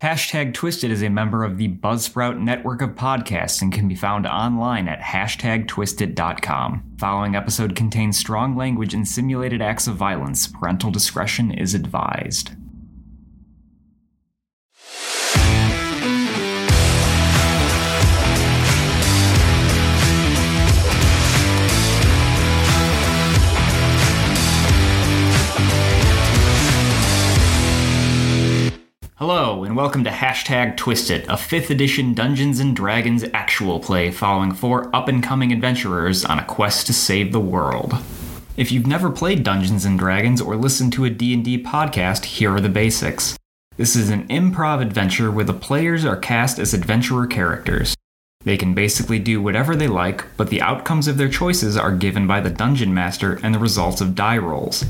Hashtag Twisted is a member of the Buzzsprout network of podcasts and can be found online at hashtagtwisted.com. Following episode contains strong language and simulated acts of violence. Parental discretion is advised. Hello, and welcome to Hashtag Twisted, a 5th edition Dungeons & Dragons actual play following four up-and-coming adventurers on a quest to save the world. If you've never played Dungeons & Dragons or listened to a D&D podcast, here are the basics. This is an improv adventure where the players are cast as adventurer characters. They can basically do whatever they like, but the outcomes of their choices are given by the dungeon master and the results of die rolls.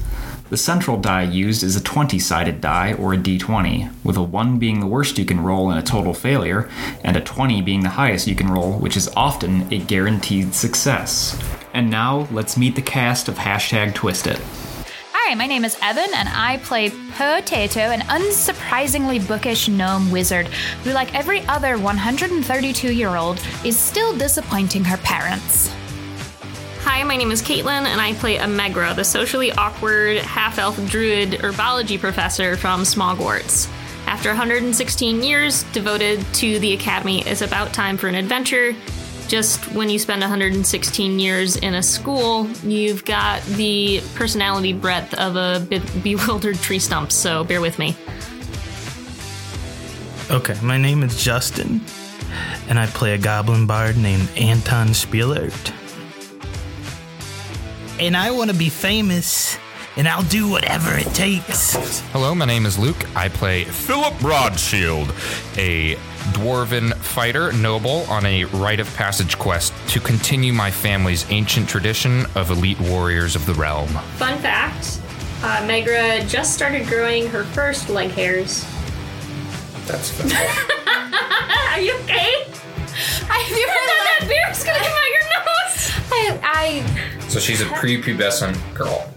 The central die used is a 20 sided die, or a d20, with a 1 being the worst you can roll and a total failure, and a 20 being the highest you can roll, which is often a guaranteed success. And now, let's meet the cast of Hashtag Twist It. Hi, my name is Evan, and I play Potato, an unsurprisingly bookish gnome wizard who, like every other 132 year old, is still disappointing her parents. Hi, my name is Caitlin, and I play Amegra, the socially awkward half elf druid herbology professor from Smogwarts. After 116 years devoted to the academy, it's about time for an adventure. Just when you spend 116 years in a school, you've got the personality breadth of a be- bewildered tree stump, so bear with me. Okay, my name is Justin, and I play a goblin bard named Anton Spielert. And I want to be famous, and I'll do whatever it takes. Hello, my name is Luke. I play Philip Broadshield, a dwarven fighter noble on a rite of passage quest to continue my family's ancient tradition of elite warriors of the realm. Fun fact uh, Megra just started growing her first leg hairs. That's Are you okay? I feel that beer's gonna come out your nose! I, I so she's a prepubescent girl.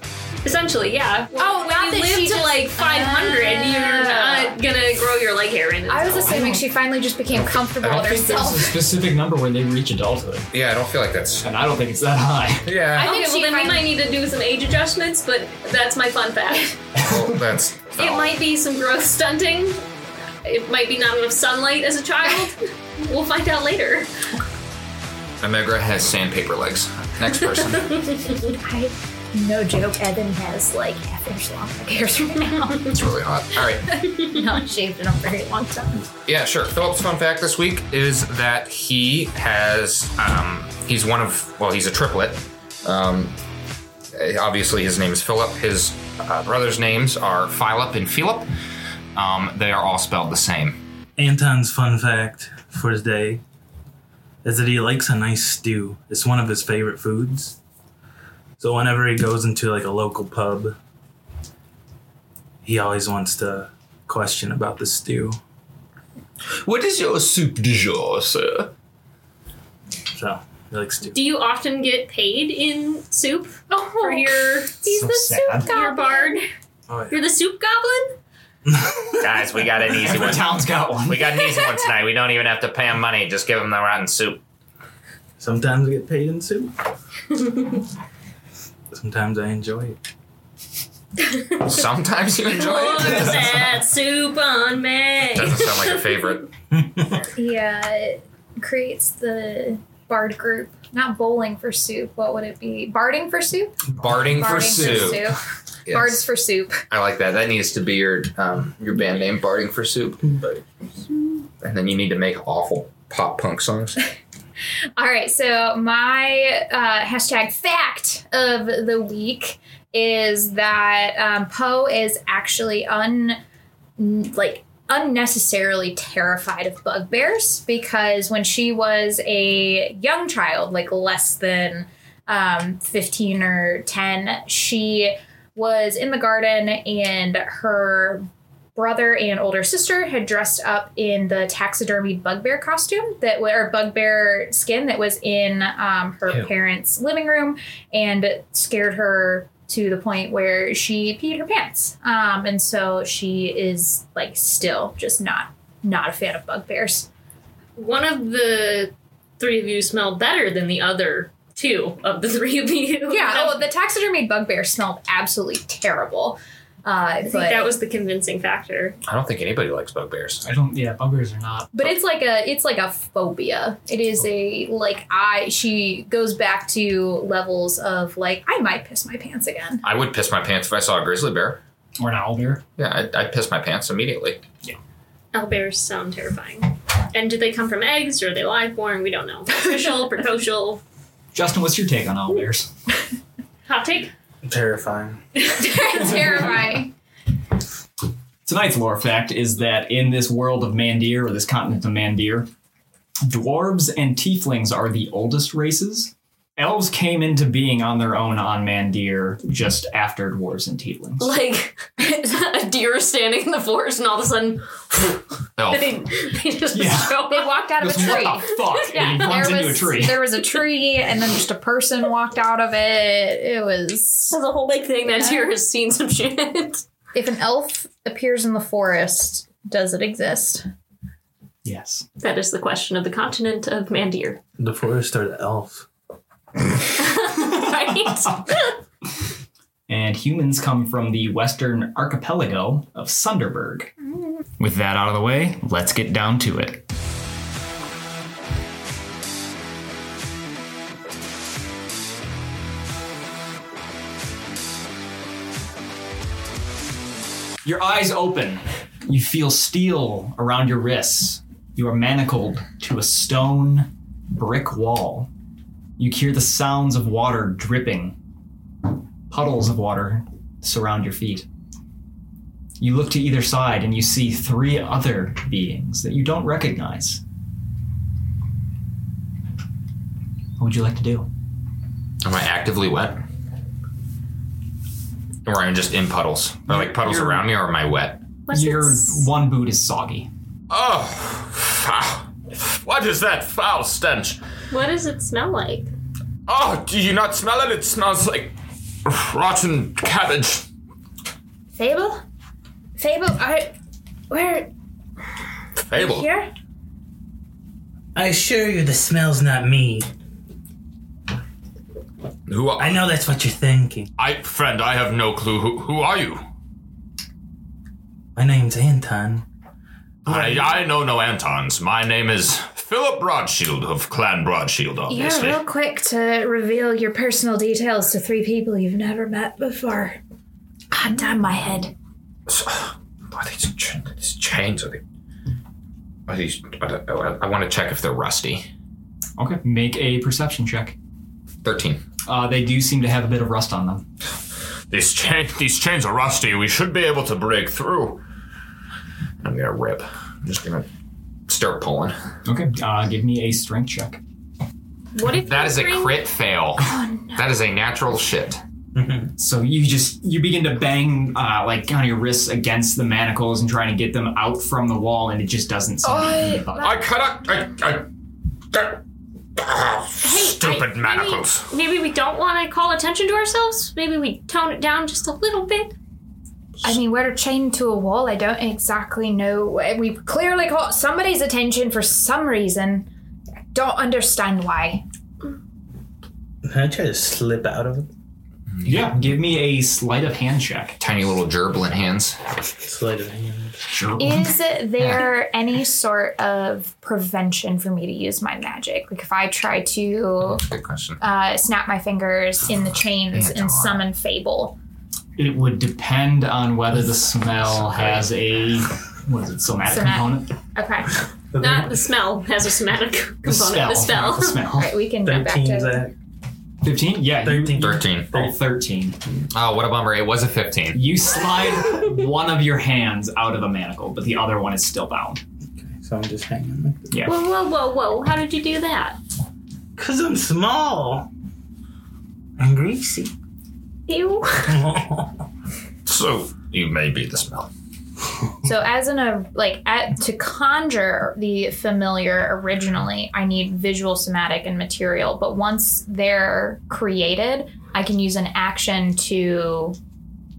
Essentially, yeah. Oh, when not you that live she to just- like 500, you're not gonna grow your leg hair in. I was assuming she finally just became comfortable I with don't think herself. There's a specific number where they reach adulthood, Yeah, I don't feel like that's. and I don't think it's that high. Yeah, Okay, think well she then we finally- might need to do some age adjustments, but that's my fun fact. well, that's. it might be some growth stunting. It might be not enough sunlight as a child. we'll find out later. Amegra has sandpaper legs. Next person. I, no joke, Evan has like half inch long hairs right now. it's really hot. All right. Not shaved in a very long time. Yeah, sure. Philip's fun fact this week is that he has um, he's one of well, he's a triplet. Um, eh, obviously, his name is Philip. His uh, brothers' names are Philip and Philip. Um, they are all spelled the same. Anton's fun fact for his day is that he likes a nice stew. It's one of his favorite foods. So whenever he goes into like a local pub, he always wants to question about the stew. What is your soup du jour, sir? So he likes stew. Do you often get paid in soup Oh, for your he's So the sad. soup your goblin. bard? Oh, yeah. You're the soup goblin? Guys, we got an easy Every one. town's got one. We got an easy one tonight. We don't even have to pay him money. Just give him the rotten soup. Sometimes I get paid in soup. Sometimes I enjoy it. Sometimes you enjoy Pour it. that soup on me. Doesn't sound like a favorite. Yeah, it creates the bard group. Not bowling for soup. What would it be? Barding for soup. Barding, Barding for soup. Yes. Bards for soup. I like that. That needs to be your um, your band name, Barding for Soup. And then you need to make awful pop punk songs. All right. So my uh, hashtag fact of the week is that um, Poe is actually un n- like unnecessarily terrified of bugbears because when she was a young child, like less than um, 15 or 10, she was in the garden and her brother and older sister had dressed up in the taxidermied bugbear costume that wa- or bugbear skin that was in um, her Ew. parents' living room and scared her to the point where she peed her pants. Um, and so she is like still just not not a fan of bugbears. One of the three of you smell better than the other two of the three of you. Yeah. Um, Oh, the taxidermied bugbear smelled absolutely terrible. Uh, I but think that was the convincing factor. I don't think anybody likes bugbears. I don't. Yeah, bugbears are not. But it's like a it's like a phobia. It is a like I she goes back to levels of like I might piss my pants again. I would piss my pants if I saw a grizzly bear. Or an owlbear. Yeah, I'd, I'd piss my pants immediately. Owlbears sound terrifying. And do they come from eggs or are they live born? We don't know. Official, precocial, Justin, what's your take on owlbears? hot take? Terrifying. Terrifying. Tonight's lore fact is that in this world of Mandir, or this continent of Mandir, dwarves and tieflings are the oldest races. Elves came into being on their own on Mandir just after dwarves and tieflings. Like a deer standing in the forest and all of a sudden Elf. they, they just Yeah. show They up. walked out of a Just, tree. What the fuck? Yeah, and he runs there into was a tree. there was a tree and then just a person walked out of it. It was That's a whole big thing. That deer has seen some shit. if an elf appears in the forest, does it exist? Yes. That is the question of the continent of Mandir. The forest or the elf? right? And humans come from the western archipelago of Sunderberg. With that out of the way, let's get down to it. Your eyes open. You feel steel around your wrists. You are manacled to a stone brick wall. You hear the sounds of water dripping puddles of water surround your feet. You look to either side and you see three other beings that you don't recognize. What would you like to do? Am I actively wet? Or I'm just in puddles? Or like puddles You're- around me, or am I wet? What's your this? one boot is soggy. Oh, foul. What is that foul stench? What does it smell like? Oh, do you not smell it? It smells like rotten cabbage. Fable? Fable, I where Fable. here? I assure you, the smell's not me. Who are, I know that's what you're thinking. I friend, I have no clue. Who, who are you? My name's Anton. I, I know no Antons. My name is Philip Broadshield of Clan Broadshield, Yeah, obviously. real quick to reveal your personal details to three people you've never met before. God damn my head. Are these, ch- these chains? Are they? Are these? Are they, oh, I, I want to check if they're rusty. Okay, make a perception check. Thirteen. Uh, they do seem to have a bit of rust on them. These chain, these chains are rusty. We should be able to break through. I'm gonna rip. I'm just gonna start pulling. Okay, uh, give me a strength check. What if That is a bring- crit fail. That is a natural shit. So you just you begin to bang uh, like on your wrists against the manacles and trying to get them out from the wall, and it just doesn't seem. to budge. I cannot. I. I that- ah, stupid I- manacles. Maybe we don't want to call attention to ourselves. Maybe we tone it down just a little bit. I mean, we're chained to a wall. I don't exactly know. We clearly caught somebody's attention for some reason. Don't understand why. Can I try to slip out of it? Yeah, give me a sleight of hand check. Tiny little gerblin hands. Sleight of hand. Sure. Is there any sort of prevention for me to use my magic? Like if I try to Good question. uh, snap my fingers in the chains Anton. and summon Fable, It would depend on whether the smell has a what is it somatic Somat- component. okay, Not the smell has a somatic component. The not spell. The all smell. right, we can go back 13 to Zach. Fifteen. Yeah. you- 13. Thirteen. roll Thirteen. Oh, what a bummer! It was a fifteen. You slide one of your hands out of the manacle, but the other one is still bound. So I'm just hanging like this. Yeah. Whoa, whoa, whoa, whoa! How did you do that? Because I'm small. And greasy. Ew. So you may be the smell. So as in a like at, to conjure the familiar originally, I need visual, somatic, and material. But once they're created, I can use an action to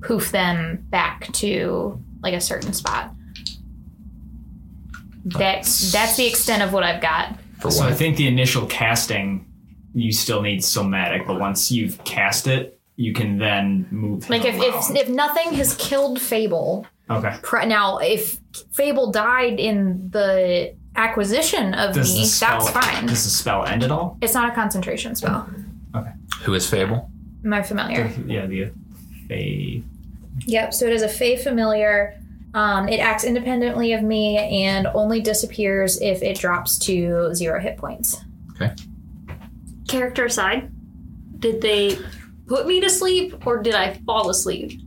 poof them back to like a certain spot. That's that's the extent of what I've got. for So I one. think the initial casting, you still need somatic, but once you've cast it, you can then move. Like if him if, around. if nothing has killed Fable, okay, pri- now if Fable died in the acquisition of does me, the spell that's fine. Does the spell end at all? It's not a concentration spell. Mm-hmm. Who is Fable? Am I familiar? Yeah, the they Yep. So it is a Fey familiar. Um, it acts independently of me and only disappears if it drops to zero hit points. Character aside, did they put me to sleep or did I fall asleep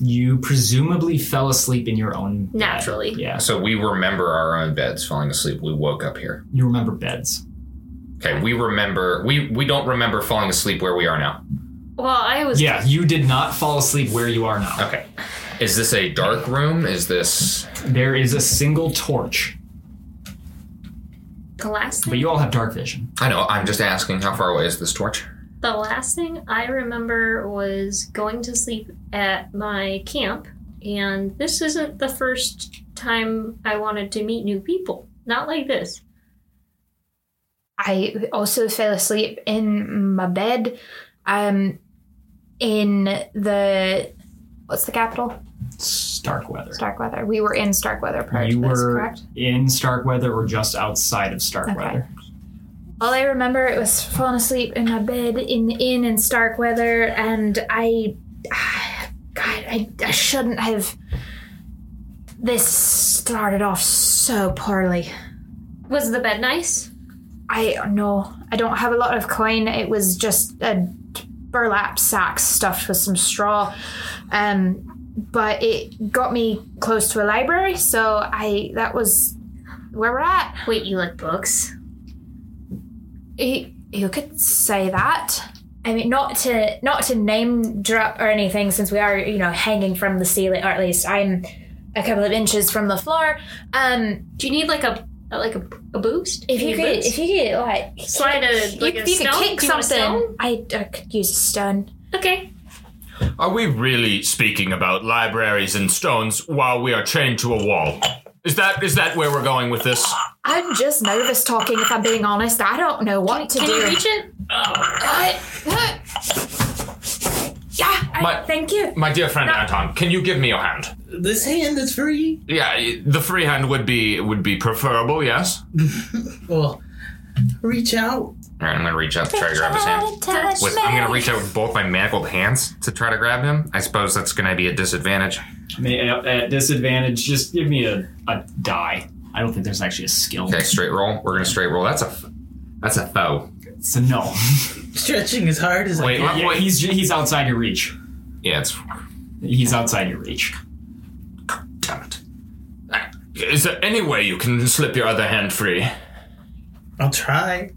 you presumably fell asleep in your own bed. naturally? Yeah, So we remember our own beds falling asleep. We woke up here. you remember beds. Okay, we remember. We we don't remember falling asleep where we are now. Well, I was. Yeah, you did not fall asleep where you are now. Okay, is this a dark room? Is this There is a single torch, The last but thing, you all have dark vision. I know. I'm just asking. How far away is this torch? the last thing I remember was going to sleep at my camp, and this isn't the first time I wanted to meet new people. Not like this. I also fell asleep in my bed. Um, in the what's the capital? Starkweather. Starkweather. We were in Starkweather prior you to this, were correct? in Starkweather or just outside of Starkweather. All I remember it was falling asleep in my bed in the inn in Starkweather, and I, God, I, I shouldn't have. This started off so poorly. Was the bed nice? I no, I don't have a lot of coin. It was just a burlap sack stuffed with some straw. Um, but it got me close to a library, so I that was where we're at. Wait, you like books? You, you could say that. I mean, not to not to name drop or anything, since we are you know hanging from the ceiling, or at least I'm a couple of inches from the floor. Um, Do you need like a like a, a boost? if you Any could, boost? if you could like slide a like you, a you stone, could kick Do you want a something, stone? I, I could use a stone. Okay. Are we really speaking about libraries and stones while we are chained to a wall? Is that is that where we're going with this? I'm just nervous talking. If I'm being honest, I don't know what to Can do. you reach it? I- yeah, I- My- thank you. My dear friend Anton, can you give me your hand? This hand is free. Yeah, the free hand would be would be preferable. Yes. Well, reach out. All right, I'm gonna reach out to try to grab his hand. With, I'm gonna reach out with both my manacled hands to try to grab him. I suppose that's gonna be a disadvantage. May, at at disadvantage, just give me a, a die. I don't think there's actually a skill. Okay, straight roll. We're gonna straight roll. That's a f- that's a foe. So no. Stretching as hard as Wait, I what- yeah, what- he's he's outside your reach. Yeah, it's He's outside your reach. Damn it. Is there any way you can slip your other hand free? can. I'll try.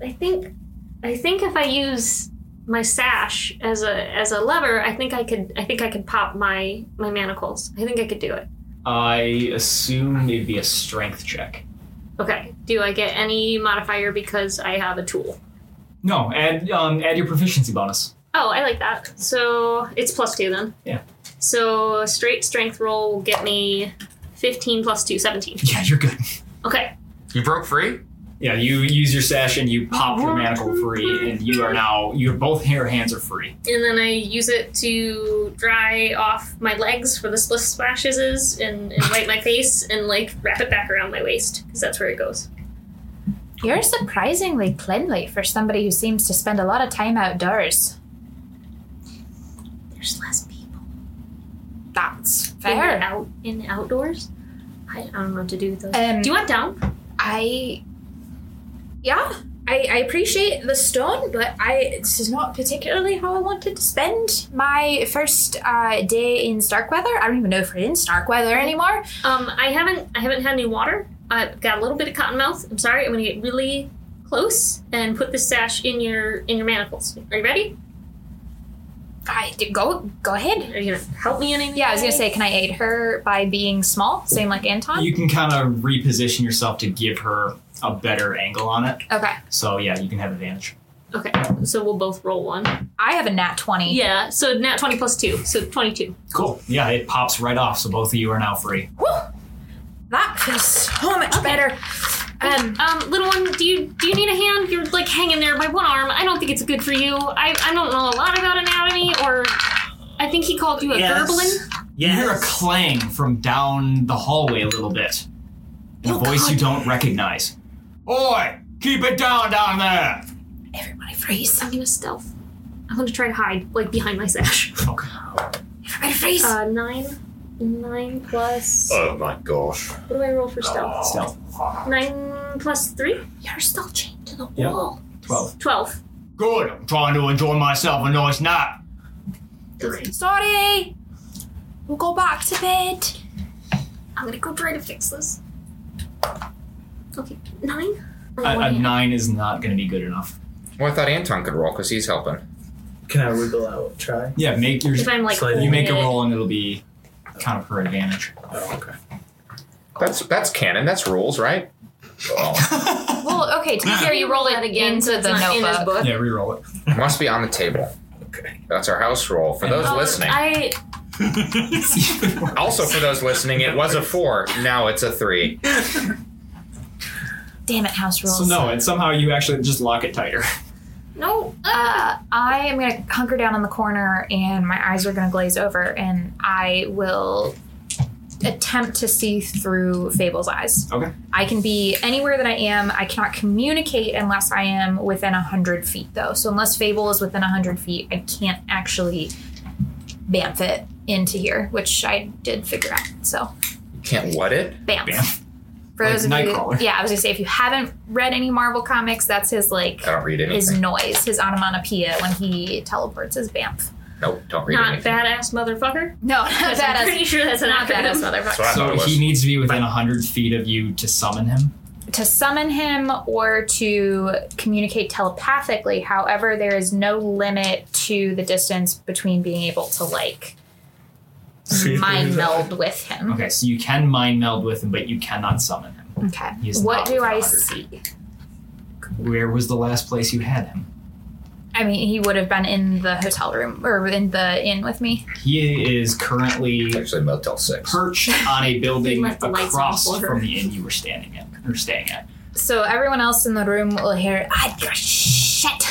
I think I think if I use my sash as a as a lever, I think I could I think I could pop my my manacles. I think I could do it. I assume it'd be a strength check. Okay. Do I get any modifier because I have a tool? No, add um, add your proficiency bonus. Oh, I like that. So it's plus two then. Yeah. So a straight strength roll will get me 15 plus 2, 17. Yeah, you're good. Okay. you broke free. Yeah, you use your sash and you pop your manacle free, and you are now your both hair hands are free. And then I use it to dry off my legs for the split splashes is and, and wipe my face and like wrap it back around my waist because that's where it goes. You're surprisingly cleanly for somebody who seems to spend a lot of time outdoors. There's less people That's in fair. out in outdoors. I, I don't know what to do with those. Um, do you want down? I, yeah, I, I appreciate the stone, but I this is not particularly how I wanted to spend my first uh, day in Starkweather. I don't even know if we're in Starkweather anymore. Um, I haven't I haven't had any water. I've got a little bit of cottonmouth. I'm sorry. I'm gonna get really close and put the sash in your in your manacles. Are you ready? I go go ahead. Are you gonna help me in any? Yeah, I was gonna way? say, can I aid her by being small, same like Anton? You can kind of reposition yourself to give her a better angle on it. okay, So yeah, you can have advantage. Okay, so we'll both roll one. I have a nat twenty. Yeah. So nat twenty plus two. So twenty two. Cool. Yeah, it pops right off, so both of you are now free. Woo! That feels so much better. Um, Um, little one, do you do you need a hand? You're like hanging there by one arm. I don't think it's good for you. I, I don't know a lot about anatomy, or I think he called you a Yes. gerblin. You hear a Yes. clang from down the hallway a little bit. And a voice you don't recognize. Oi! Keep it down down there! everybody freeze. I'm gonna stealth. I'm gonna try to hide like behind my sash. Everybody freeze. Uh, nine. Nine plus. Oh my gosh. What do I roll for stealth? Stealth. Nine plus three? You're still chained to the Yeah. wall. Twelve. Twelve. Good. I'm trying to enjoy myself a nice night. Okay. Sorry. We'll go back to bed. I'm gonna go try to fix this. Okay. Nine? Or A, one a hand? nine is not going to be good enough. Well, I thought Anton could roll because he's helping. Can I wiggle out? Try. Yeah, make your. If I'm like. So you holding You make a it. roll and it'll be kind of her advantage. Oh, okay. That's that's canon. That's rules, right? Oh, Well, okay, to be fair, you roll it again, so it's into the not in his notebook. book. Yeah, reroll it. must be on the table. Okay. That's our house rule. For those Oh, listening, I also for those listening, it was a four. Now it's a three. Damn it, house rules. So no, and somehow you actually just lock it tighter. No, uh, I am gonna hunker down in the corner and my eyes are gonna glaze over and I will attempt to see through Fable's eyes. Okay. I can be anywhere that I am. I cannot communicate unless I am within 100 feet, though. So unless Fable is within 100 feet, I can't actually bamf it into here, which I did figure out. So. Can't what it? Bam. Bamf. For Like those of Nightcrawler. you, yeah, I was gonna say if you haven't read any Marvel comics, that's his like I Oh, don't read his anything. noise, his onomatopoeia when he teleports his bamf. Nope, don't read not anything. badass motherfucker. No, not Because I'm badass, pretty sure that's an not badass acronym. That's motherfucker. what I thought So it was. he needs to be within hundred feet of you to summon him. To summon him or to communicate telepathically. However, there is no limit to the distance between being able to like See mind through his meld with him. Okay, so you can mind meld with him, but you cannot summon him. Okay. He is What not do I 100 see? Where was the last place you had him? I mean, he would have been in the hotel room or in the inn with me. He is currently Actually, Motel Six. perched on a building left the lights on across for her. from the inn you were standing at or staying at. So everyone else in the room will hear, I give a shit.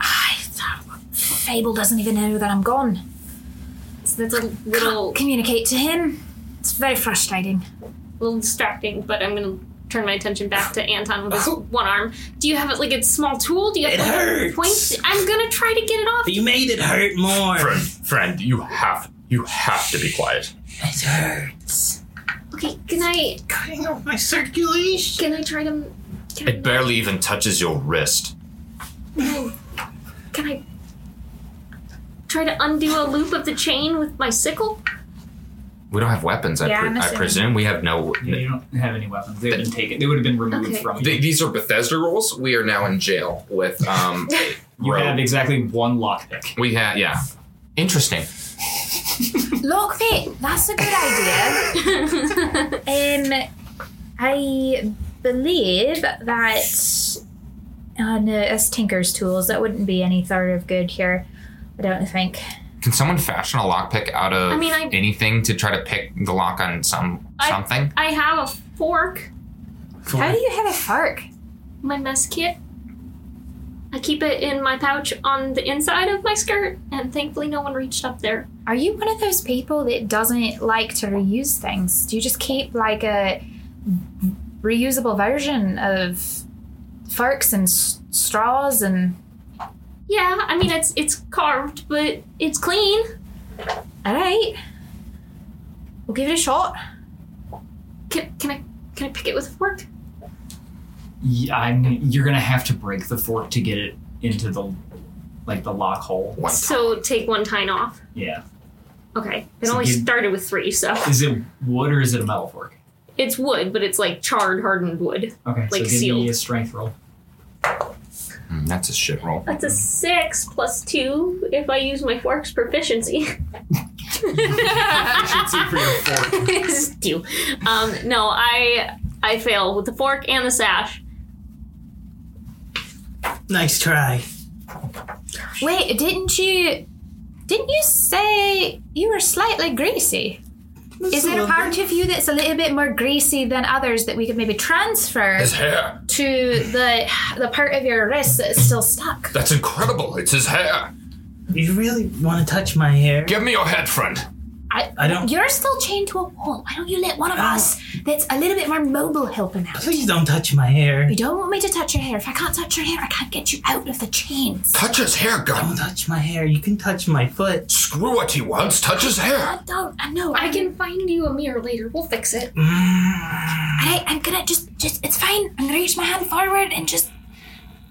I Fable doesn't even know that I'm gone. So that's a little, Communicate to him. It's very frustrating. little distracting, but I'm gonna turn my attention back to Anton with his one arm. Do you have like a small tool? Do you have It like, hurts. points? I'm gonna try to get it off. But you made it hurt more. Friend, friend, you have you have to be quiet. It hurts. Okay, can I Cutting off my circulation. can I try to can It I, barely even touches your wrist. can I try to undo a loop of the chain with my sickle? We don't have weapons. I, Yeah, pre- I'm I assuming. presume we have no. You don't have any weapons. They've been taken. They would have been removed Okay. from you. Th- these are Bethesda rules. We are now in jail with um. you rope. have exactly one lockpick. we have yeah. Interesting. Lockpick, that's a good idea. um, I believe that. Oh no, that's Tinker's tools. That wouldn't be any sort of good here. I don't think. Can someone fashion a lockpick out of I mean, I- anything to try to pick the lock on some I- something? I have a fork, How do you have a fork? my mess kit. I keep it in my pouch on the inside of my skirt, and thankfully no one reached up there. Are you one of those people that doesn't like to reuse things? Do you just keep like a reusable version of forks and s- straws and Yeah, I mean it's it's carved, but it's clean. all right? We'll give it a shot. Can, can I can I pick it with a fork? Y- I'm- you're gonna have to break the fork to get it into the like the lock hole. One time. So take one tine off. Yeah. Okay, it So only you- started with three, so Is it wood or is it a metal fork? it's wood, but it's like charred, hardened wood. Okay. so Like give sealed. me a strength roll. Mm, that's a shit roll. That's a six plus two if I use my fork's proficiency. Proficiency for your fork. It's two. Um, no, I I fail with the fork and the sash. Nice try. Wait, didn't you? Didn't you say you were slightly greasy? Is there a part of you that's a little bit more greasy than others that we could maybe transfer His hair. to the the part of your wrist that is still stuck? That's incredible. It's his hair. You really want to touch my hair? Give me your head, friend. I, I don't- You're still chained to a wall. Why don't you let one of Oh. I don't- us that's a little bit more mobile help him out? Please don't touch my hair. You don't want me to touch your hair. If I can't touch your hair, I can't get you out of the chains. Touch his hair, Don't gun. touch my hair. You can touch my foot. Screw what he wants. Touch his hair. I don't. I know. I can find you a mirror later. We'll fix it. I, I'm gonna just, just. It's fine. I'm gonna reach my hand forward and just.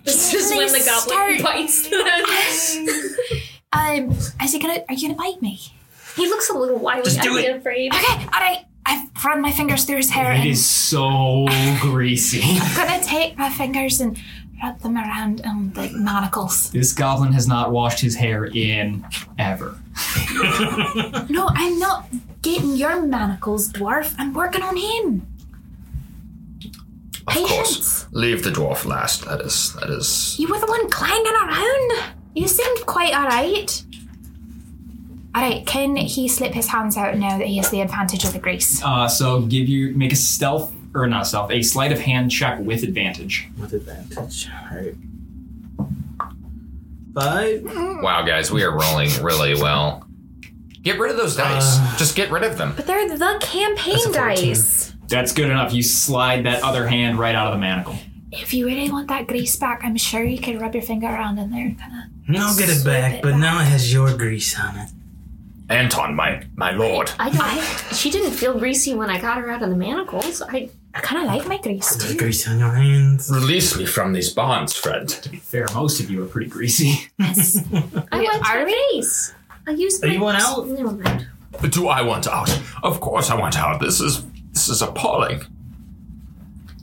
This is when the Please goblin start. bites them. Um. Is he gonna? Are you gonna bite me? he looks a little wily. Just do I'd be it. afraid. Okay. All right. I've run my fingers through his hair. It and is so greasy. I'm gonna take my fingers and rub them around um the manacles. This goblin has not washed his hair in ever. No, I'm not getting your manacles, dwarf. I'm working on him. Of course. Leave the dwarf last. That is. That is. You were the one climbing around. You seemed quite alright. Alright, can he slip his hands out now that he has the advantage of the grace? Uh, so give you make a stealth or not stealth, a sleight of hand check with advantage. With advantage. Alright. Five. Wow, guys, we are rolling really well. Get rid of those dice. Just get rid of them. But they're the campaign dice. That's good enough. You slide that other hand right out of the manacle. If you really want that grease back, I'm sure you could rub your finger around in there. Kinda. Now get it back, but now it has your grease on it. Anton, my my lord. I don't. she didn't feel greasy when I got her out of the manacles. I I kind of like my grease There's too. grease on your hands. Release me from these bonds, friend. To be fair, most of you are pretty greasy. I Yeah, went are to my face. I used. Are my you one face. out? Never mind. But do I want out? Of course I want out. This is this is appalling.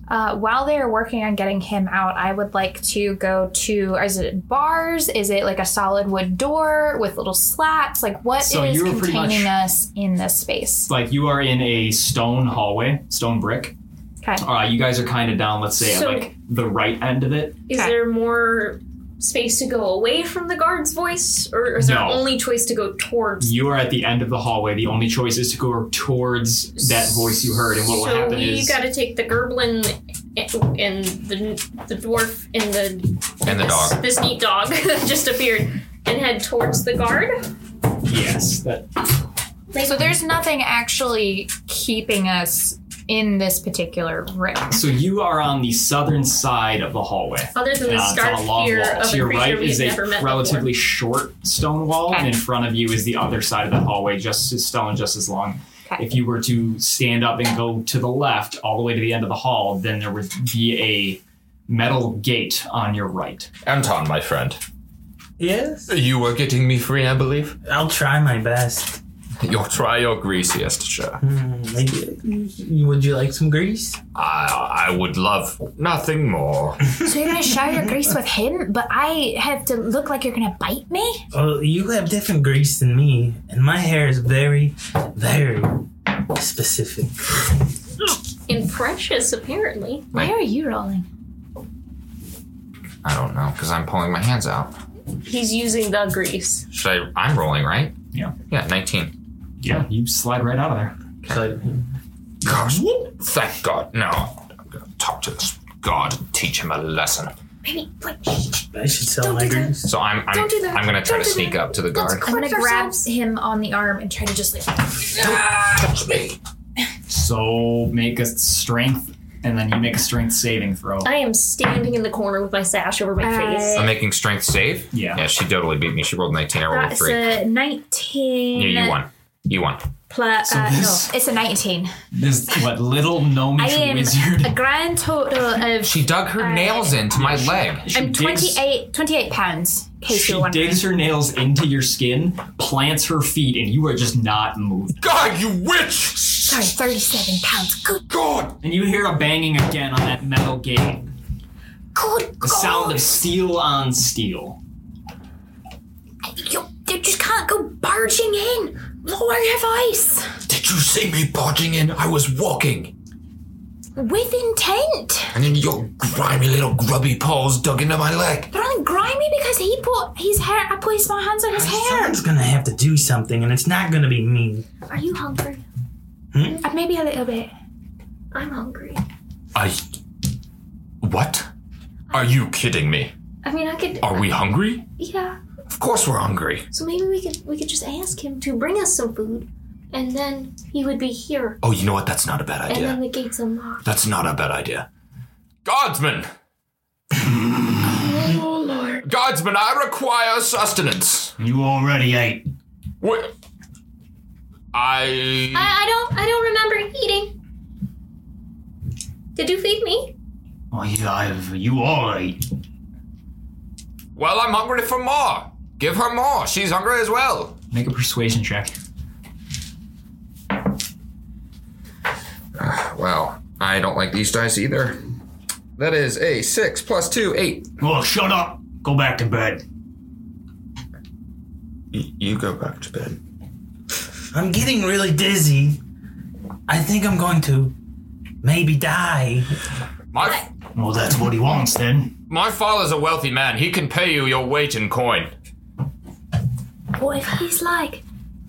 Uh, while they are working on getting him out, I would like to go to. Is it bars? Is it like a solid wood door with little slats? Like what is So you were pretty containing much- us in this space? like you are in a stone hallway, stone brick. Okay. Uh, you guys are kind of down, let's say, at So- like the right end of it. Is Okay. there more space to go away from the guard's voice, or is there No. only choice to go towards? You are at the end of the hallway. The only choice is to go towards that voice you heard, and what will so happen we is got to take the gerblin and- and the the dwarf and the And the this, dog. this neat dog that just appeared and head towards the guard. yes, that So there's nothing actually keeping us in this particular room. So you are on the southern side of the hallway. Other than the Uh, it's on scarf a long here wall. of to your a creature right we've is a never met relatively short stone wall, Okay. and in front of you is the other side of that hallway, just as stone, just as long. Okay. If you were to stand up and go to the left, all the way to the end of the hall, then there would be a metal gate on your right. Anton, my friend. Yes? You were getting me free, I believe. I'll try my best. You'll try your greasiest, sure. Hmm, maybe- Would you like some grease? I I would love nothing more. So you're gonna share your grease with him, but I have to look like you're gonna bite me? Well, you have different grease than me, and my hair is very, very specific. And precious, apparently. Why are you rolling? I don't know, because I'm pulling my hands out. He's using the grease. Should I I'm rolling, right? Yeah. Yeah, nineteen. Yeah, you slide right out of there. So, Gosh. Thank God. No. I'm gonna talk to this god and teach him a lesson. Maybe like I should sell my grease. So I'm I'm, Don't do that. I'm gonna try Don't to do sneak that. up to the guard. I'm gonna grab ourselves. him on the arm and try to just like Touch me. So make a strength, and then you make a strength saving throw. I am standing in the corner with my sash over my uh, face. I'm making strength save. Yeah. Yeah, she totally beat me. She rolled nineteen. I rolled a that's three. a nineteen Yeah, you won. You won. plus So uh, this- no, it's a nineteen. This what little I gnomish am wizard. a grand total of She dug her nails into my leg. She I'm digs- 28, 28 pounds. In case She you're wondering. digs her nails into your skin, plants her feet, and you are just not moved. God, you witch! Sorry, thirty-seven pounds. Good, God! And you hear a banging again on that metal gate. good The God! sound of steel on steel. you, you just can't go barging in. Lower your voice Did you see me barging in? I was walking, with intent. and then your grimy little grubby paws dug into my leg. They're only grimy because he put his hair. I placed my hands on his hair. Someone's gonna have to do something, and it's not gonna be me. Are you hungry? Hmm? Uh, Maybe a little bit. I'm hungry. I. What? Are you kidding me? I mean, I could. Are we hungry? Yeah. Of course we're hungry. So maybe we could we could just ask him to bring us some food, and then he would be here, Oh, you know what? That's not a bad and idea. then the gates unlocked. That's not a bad idea. Guardsmen! Oh Lord. Guardsmen, I require sustenance. You already ate. Wh- I. I, I don't I don't remember eating. Did you feed me? Well, you, Oh, I've, you all ate. Well, I'm hungry for more. Give her more. She's hungry as well. Make a persuasion check. Wow. I don't like these dice either. That is a 6 plus 2, 8. Well, shut up. Go back to bed. you go back to bed. I'm getting really dizzy. I think I'm going to maybe die. My, Well, that's what he wants then. my father's a wealthy man. He can pay you your weight in coin. What if he's like,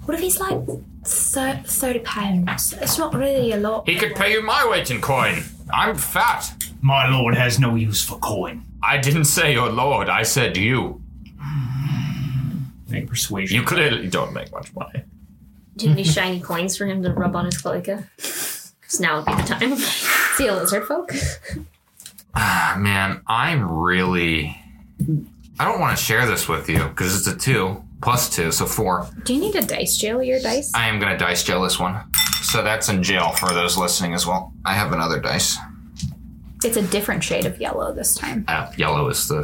what if he's like thir- 30 pounds? It's not really a lot. He could pay you my weight in coin. I'm fat. My lord has no use for coin. I didn't say your lord, I said you. Make a persuasion. You clearly don't make much money. Do you have any shiny coins for him to rub on his cloaca? Because now would be the time. See you, lizard folk. Ah, Man, I'm really. I don't want to share this with you because it's a 2 plus 2, so 4. Do you need to dice jail your dice? I am going to dice jail this one. So that's in jail for those listening as well. I have another dice. It's a different shade of yellow this time. Uh, yellow is the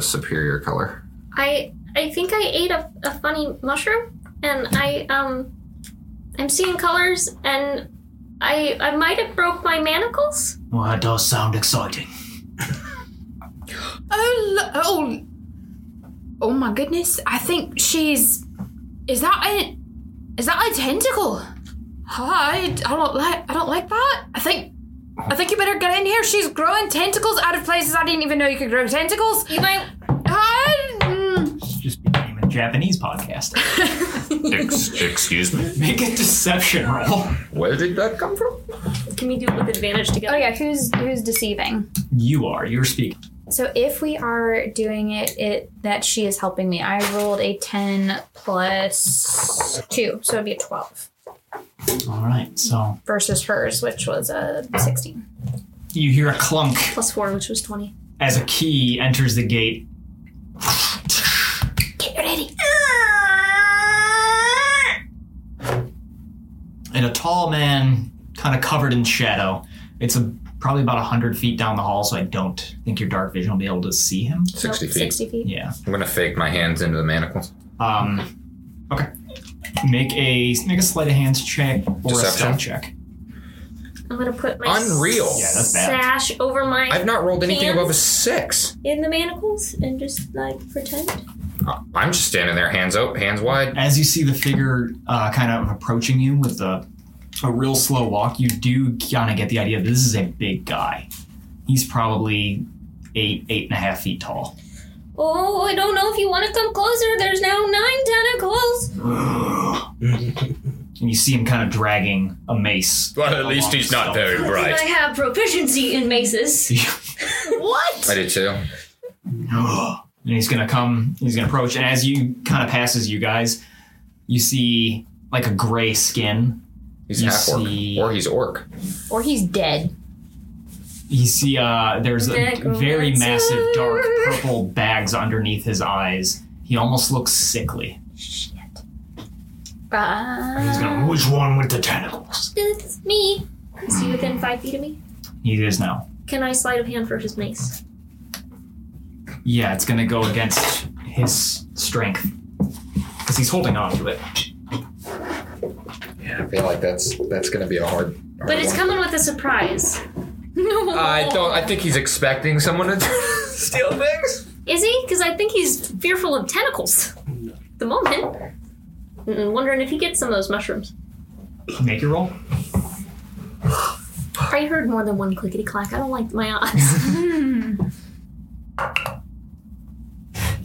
superior color. I I think I ate a, a funny mushroom and I um I'm seeing colors and I I might have broke my manacles. Well, that does sound exciting. Oh, lo- oh, oh my goodness. I think she's. Is that a. Is that a tentacle? Hi, I don't like. I don't like that. I think. I think you better get in here. She's growing tentacles out of places I didn't even know you could grow tentacles. You might I, mm, just became a Japanese podcast. Ex- excuse me? Make a deception roll. Where did that come from? can we do it with advantage Oh together? yeah, who's who's deceiving? You are. You're speaking. So if we are doing it, it that she is helping me. I rolled a ten plus two, so it'd be a twelve All right. So versus hers, which was uh, a sixteen. you hear a clunk Plus four, which was twenty. as a key enters the gate. get ready. and a tall man, kind of covered in shadow. It's a, probably about 100 feet down the hall, so I don't think your dark vision will be able to see him. 60 feet. Sixty feet. Yeah. I'm going to fake my hands into the manacles. Um, okay. Make a make a sleight of hand check or a Deception? stealth check. I'm gonna put my Unreal. Yeah, that's bad. sash over my I've not rolled anything Hands? above a 6. in the manacles and just like pretend. Uh, I'm just standing there, hands out, hands wide. As you see the figure uh, kind of approaching you with a a real slow walk, you do kind of get the idea that this is a big guy. He's probably eight eight and a half feet tall. Oh, I don't know if you want to come closer. There's now nine tentacles. And you see him kind of dragging a mace. Well, at least along he's not stealth. very I bright. have proficiency in maces. I did too. and he's gonna come he's gonna approach and as you kind of passes you guys you see like a gray skin He's You half orc. see- Or he's orc. Or he's dead. you see uh there's a Necromancer. very massive dark purple bags underneath his eyes he almost looks sickly Uh, He's gonna. Which one with the tentacles? It's me. Is he within five feet of me? he is now Can I sleight of hand for his mace? yeah it's gonna go against his strength because he's holding on to it I feel like that's that's going to be a hard. hard But it's one. coming with a surprise. I don't. I think he's expecting someone to steal things. Is he? Because I think he's fearful of tentacles. At the moment. Mm, wondering if he gets some of those mushrooms. make your roll I heard more than one clickety clack. I don't like my odds.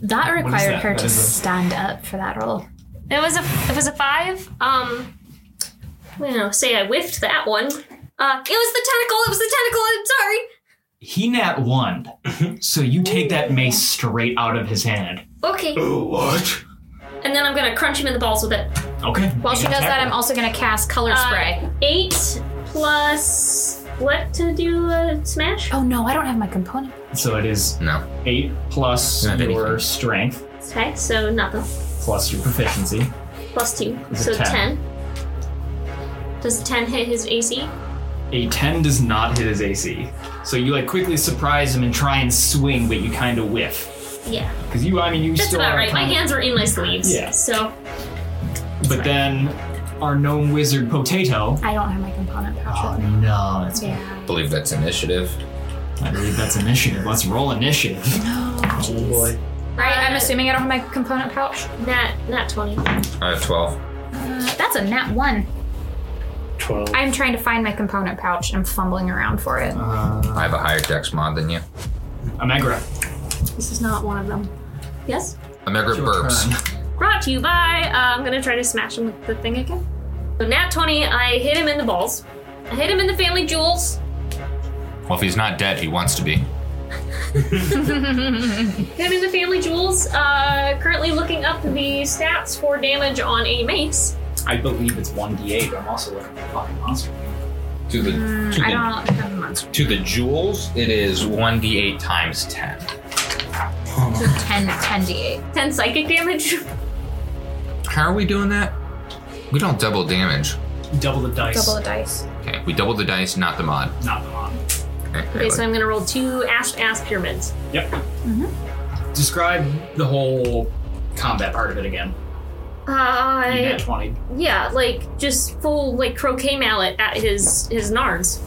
that required that? her That to is a- stand up for that roll. it was a it was a five. Um, Well, say I whiffed that one. Uh, it was the tentacle. It was the tentacle. I'm sorry. He nat one, Mm-hmm. so you take that mace straight out of his hand. Okay. What? And then I'm gonna crunch him in the balls with it. Okay. While she does that, I'm also going to cast Color Uh, Spray. Eight plus what to do a smash? Oh no, I don't have my component. So it is No. eight plus Not your anything. strength Okay, so nothing. plus your proficiency. Plus two. It's a so 10. ten. Does ten hit his AC? A ten does not hit his AC, so you like quickly surprise him and try and swing, but you kind of whiff Yeah. because you. I mean, you That's still about are right. My kinda- hands were in my sleeves. Yeah. So But then our gnome wizard Potato. I don't have my component pouch. Oh no, that's Yeah. I believe that's initiative. I believe that's initiative. Let's roll initiative. Oh boy. Right? I'm assuming I don't have my component pouch. not not twenty. I have 12. That's a nat one. 12. I'm trying to find my component pouch. I'm fumbling around for it. I have a higher dex mod than you. Amegra. This is not one of them. Yes. Amegra burps. Brought to you by. Uh, I'm gonna try to smash him with the thing again. So nat twenty. I hit him in the balls. I hit him in the family jewels. Well, if he's not dead, he wants to be. Him in the family jewels. Uh, currently looking up the stats for damage on a mace. I believe it's one d8. I'm also looking at the fucking monster. To the, Hmm, to, I the, don't have a monster. to the jewels, it is 1d8 times 10. 10, 10 d8. Ten psychic damage. How are we doing that? We don't double damage. Double the dice. Double the dice. Okay, we double the dice, not the mod. Not the mod. Okay, Okay, so I'm gonna roll two ash ash pyramids. Mm-hmm. Yep. Describe the whole combat part of it again. You Uh, nat 20. yeah, like just full like croquet mallet at his his nards.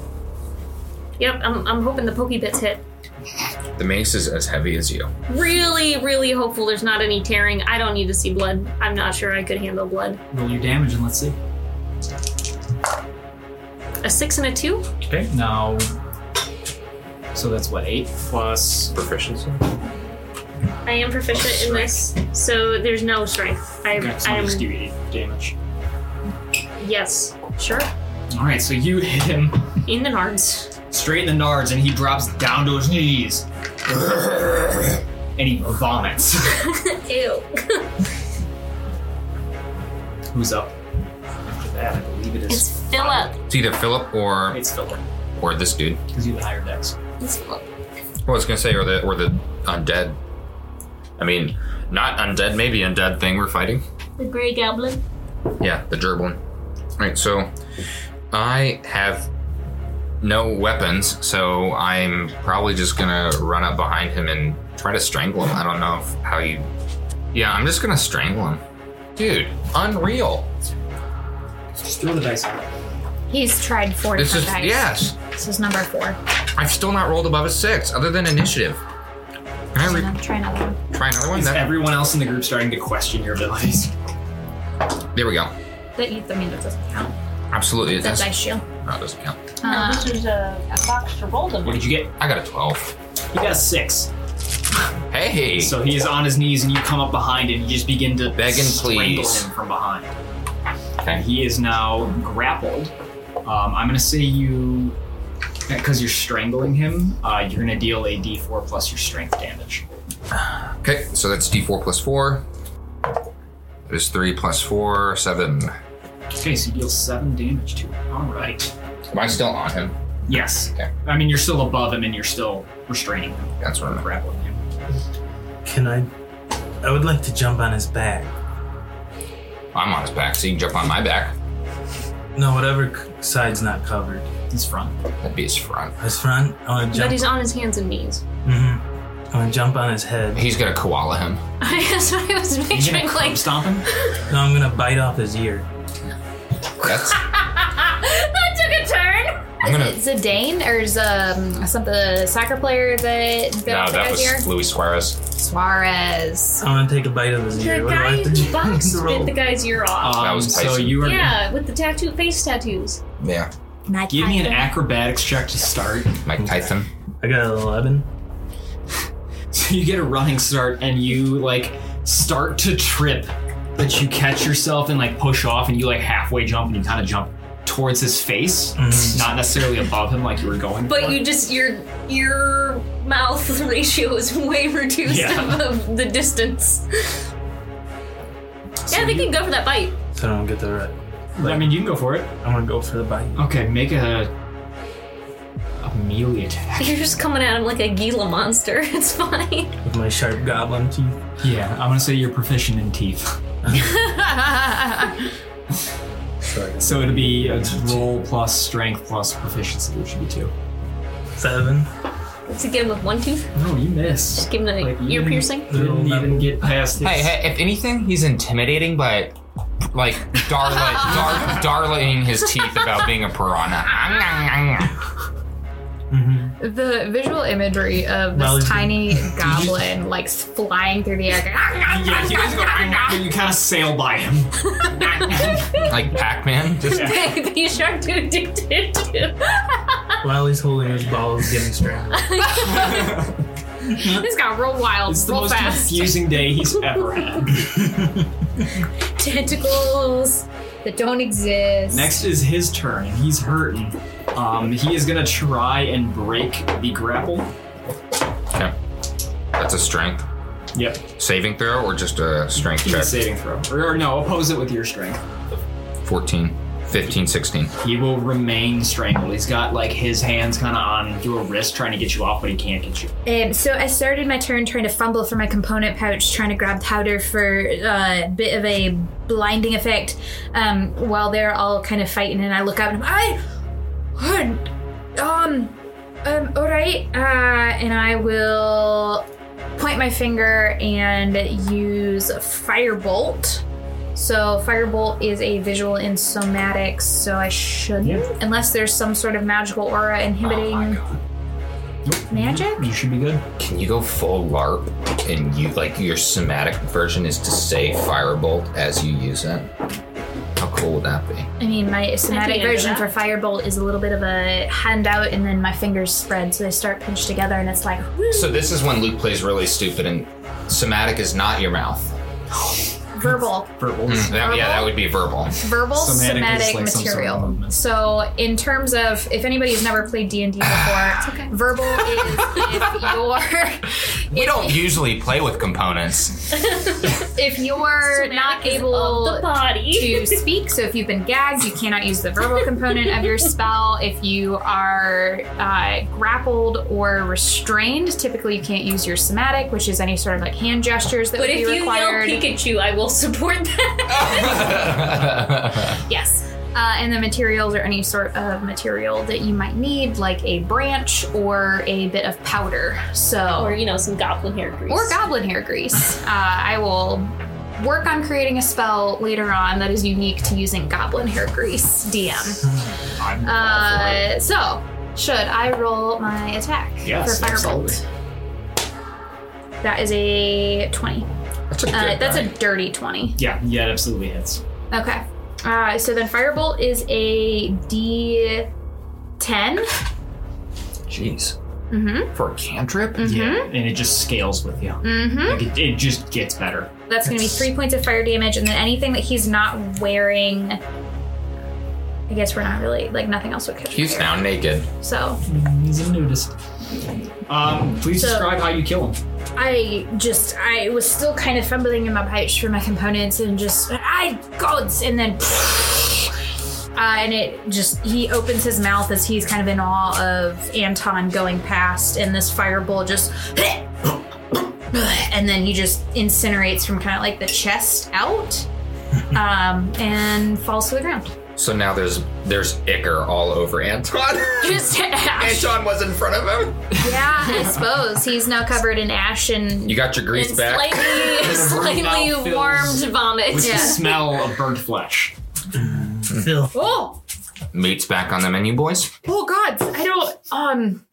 Yep, I'm, I'm hoping the pokey bits hit. the mace is as heavy as you. Really, really hopeful there's not any tearing. I don't need to see blood. I'm not sure I could handle blood. Roll your damage and let's see. A six and a two? Okay. Now. So that's what eight plus. Proficiency? I am proficient in this, so there's no strength. I, Okay, so I I'll am. just give you eight damage. Yes, sure. All right. So you hit him In the nards. straight in the nards, and he drops down to his knees. and he vomits. Ew. Who's up? After that, I believe it is. It's fill up. It's either Philip or It's Philip. or this dude. Because you have higher decks. It's fill up. Well, I was gonna say, or the or the undead. I mean, not undead, maybe undead thing we're fighting. The gray goblin. Yeah, the gerblin. All right, so I have no weapons, so I'm probably just gonna run up behind him and try to strangle him. I don't know if, how you. Yeah, I'm just gonna strangle him, dude. Unreal. Just throw the dice out. He's tried four This different is dice. yes. This is number four. I've still not rolled above a six, other than initiative. Can I I'm re- gonna try another one. try another one? Is That- everyone else in the group starting to question your abilities? there we go. That you, I mean, that doesn't count. Absolutely, it That does. dice shield. No, it doesn't count. Uh, There's a, a box to roll them What in. did you get? I got a twelve. He got a six. Hey. So he is on his knees, and you come up behind and you just begin to Beg and strangle please. him from behind. Okay. He is now grappled. Um, I'm gonna say you, because you're strangling him, uh, you're gonna deal a D4 plus your strength damage. Okay, so that's D4 plus four. That is three plus four, seven. Okay, so you deal seven damage to him. All right. Am I still on him? Yes. Okay. I mean, you're still above him, and you're still restraining him, That's what I'm. grappling him. Can I? I would like to jump on his back. I'm on his back, so you can jump on my back. No, whatever c- side's not covered. His front. That'd be his front. His front. I want to But jump. he's on his hands and knees. Mhm. I want to jump on his head. He's gonna koala him. That's what I was You gonna picturing. curb Like, stomp him? No, I'm gonna bite off his ear. That's. that took a turn. I'm gonna. Zidane or is um some the soccer player that that No, also that got was here? Luis Suarez. Suarez. I'm gonna take a bite of his ear. the What do I guy have to who do? boxed to bit roll? the guy's ear off. Um, was so Tyson. you are Yeah, with the tattoo face tattoos. Yeah. give me an acrobatics check to start. Mike Tyson. I got an 11. So you get a running start and you like start to trip, but you catch yourself and like push off and you like halfway jump and you kind of jump towards his face, not necessarily above him like you were going. But for. you just your your mouth ratio is way reduced Yeah. above the distance. yeah, they can go for that bite. So I don't get the right. I mean, you can go for it. I'm gonna go for the bite. Okay, make a a melee attack. You're just coming at him like a Gila monster. It's fine. With my sharp goblin teeth. Yeah, I'm gonna say you're proficient in teeth, Sorry. so it'd be a roll plus strength plus proficiency, which would be two. Seven. Let's get him with one tooth. No, you missed. Just give him the Like, ear you didn't- piercing. You didn't even get past. Hey, his- hey, if anything, he's intimidating by, like, darla, dar, darling his teeth about being a piranha. The visual imagery of this Well, tiny goblin like s- flying through the air. Yeah, he doesn't go, "Ah, ah," but you kind of sail by him. like Pac-Man. Just Baby shark too addicted While he's holding his balls, getting strangled. He's got real wild, It's the real most fast. confusing day he's ever had. Tentacles that don't exist. Next is his turn, and he's hurting. Um, he is gonna try and break the grapple. okay. That's a strength Yep. saving throw or just a strength He's a check. saving throw. Or, or no, oppose it with your strength. 14, 15, 16. He will remain strangled. He's got like his hands kind of on your wrist trying to get you off, but he can't get you. Um, so I started my turn trying to fumble for my component pouch, trying to grab powder for uh, a bit of a blinding effect. Um, while they're all kind of fighting, and I look up and I'm, I, um, um, all right. Uh, and I will point my finger and use firebolt. So firebolt is a visual in somatics, so I shouldn't, unless there's some sort of magical aura Oh inhibiting magic. You should be good. Can you go full LARP and you like your somatic version is to say firebolt as you use it? How cool would that be? I mean, my somatic into version that. for Firebolt is a little bit of a hand out, and then my fingers spread, so they start pinched together, and it's like, woo, So this is when Luke plays really stupid and somatic is not your mouth. verbal, Verbal. Mm, that- yeah, that would be verbal. verbal Somatic is somatic, like some sort of material. movement. so, in terms of, if anybody has never played D and D before, verbal is if you're We don't usually play with components. if you're not able the body. to speak. So if you've been gagged, you cannot use the verbal component of your spell. If you are uh, grappled or restrained, typically you can't use your somatic, which is any sort of like hand gestures that But would if be you required. yell Pikachu, I will support that. yes. Uh, and the materials are any sort of material that you might need, like a branch or a bit of powder. So or you know, some goblin hair grease. or goblin hair grease. Uh, I will work on creating a spell later on that is unique to using goblin hair grease. DM. I'm Uh, so, should I roll my attack Yes, for firebolt? That is a twenty. that's a good Uh, that's a guy. dirty twenty. yeah, yeah, it absolutely hits. Okay. Uh, so then firebolt is a D ten. Jeez. Mm-hmm. For a cantrip? Yeah, and it just scales with you. Mm-hmm. Like it, it just gets better. That's going to be three points of fire damage, and then anything that he's not wearing. I guess we're not really like nothing else would catch. He's fire. now naked. So He's a nudist. Um, please So- describe how you kill him. I just I was still kind of fumbling in my pouch for my components and just I gods and then. Uh, and it just he opens his mouth as he's kind of in awe of Anton going past, and this fireball just. And then he just incinerates from kind of like the chest out, um, and falls to the ground. So now there's there's ichor all over Anton. Just ash. Anton was in front of him. Yeah, I suppose he's now covered in ash and You got your grease and back. slightly, now slightly fills warmed vomit. With Yeah. the smell of burnt flesh. Phil. oh, Meat's back on the menu, boys. Oh god, I don't um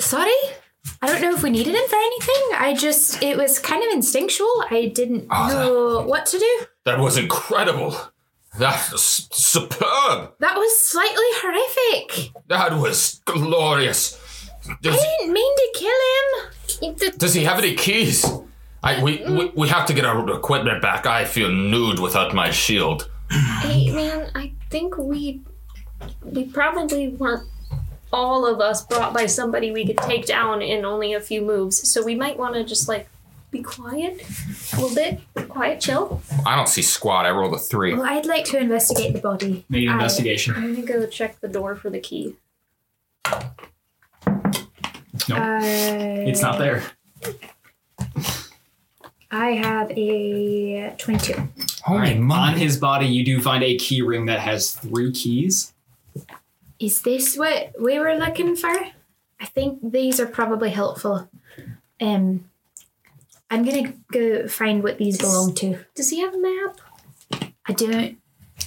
sorry. I don't know if we needed him for anything. I just it was kind of instinctual. I didn't Ah, Oh, know what to do. That was incredible. That's s- superb. That was slightly horrific. That was glorious. Does, I didn't mean to kill him. It- Does he have any keys? I, we, we we have to get our equipment back. I feel nude without my shield. Hey man, I think we we probably weren't all of us brought by somebody we could take down in only a few moves. So we might want to just like be quiet a little bit, quiet, chill. I don't see squat. I rolled a three. Well, I'd like to investigate the body. Make an investigation. I'm gonna go check the door for the key. No, Uh, it's not there. I have a 22. All right, On his body, you do find a key ring that has three keys. Is this what we were looking for? I think these are probably helpful. Um, I'm gonna go find what these belong to. Does he have a map? I don't.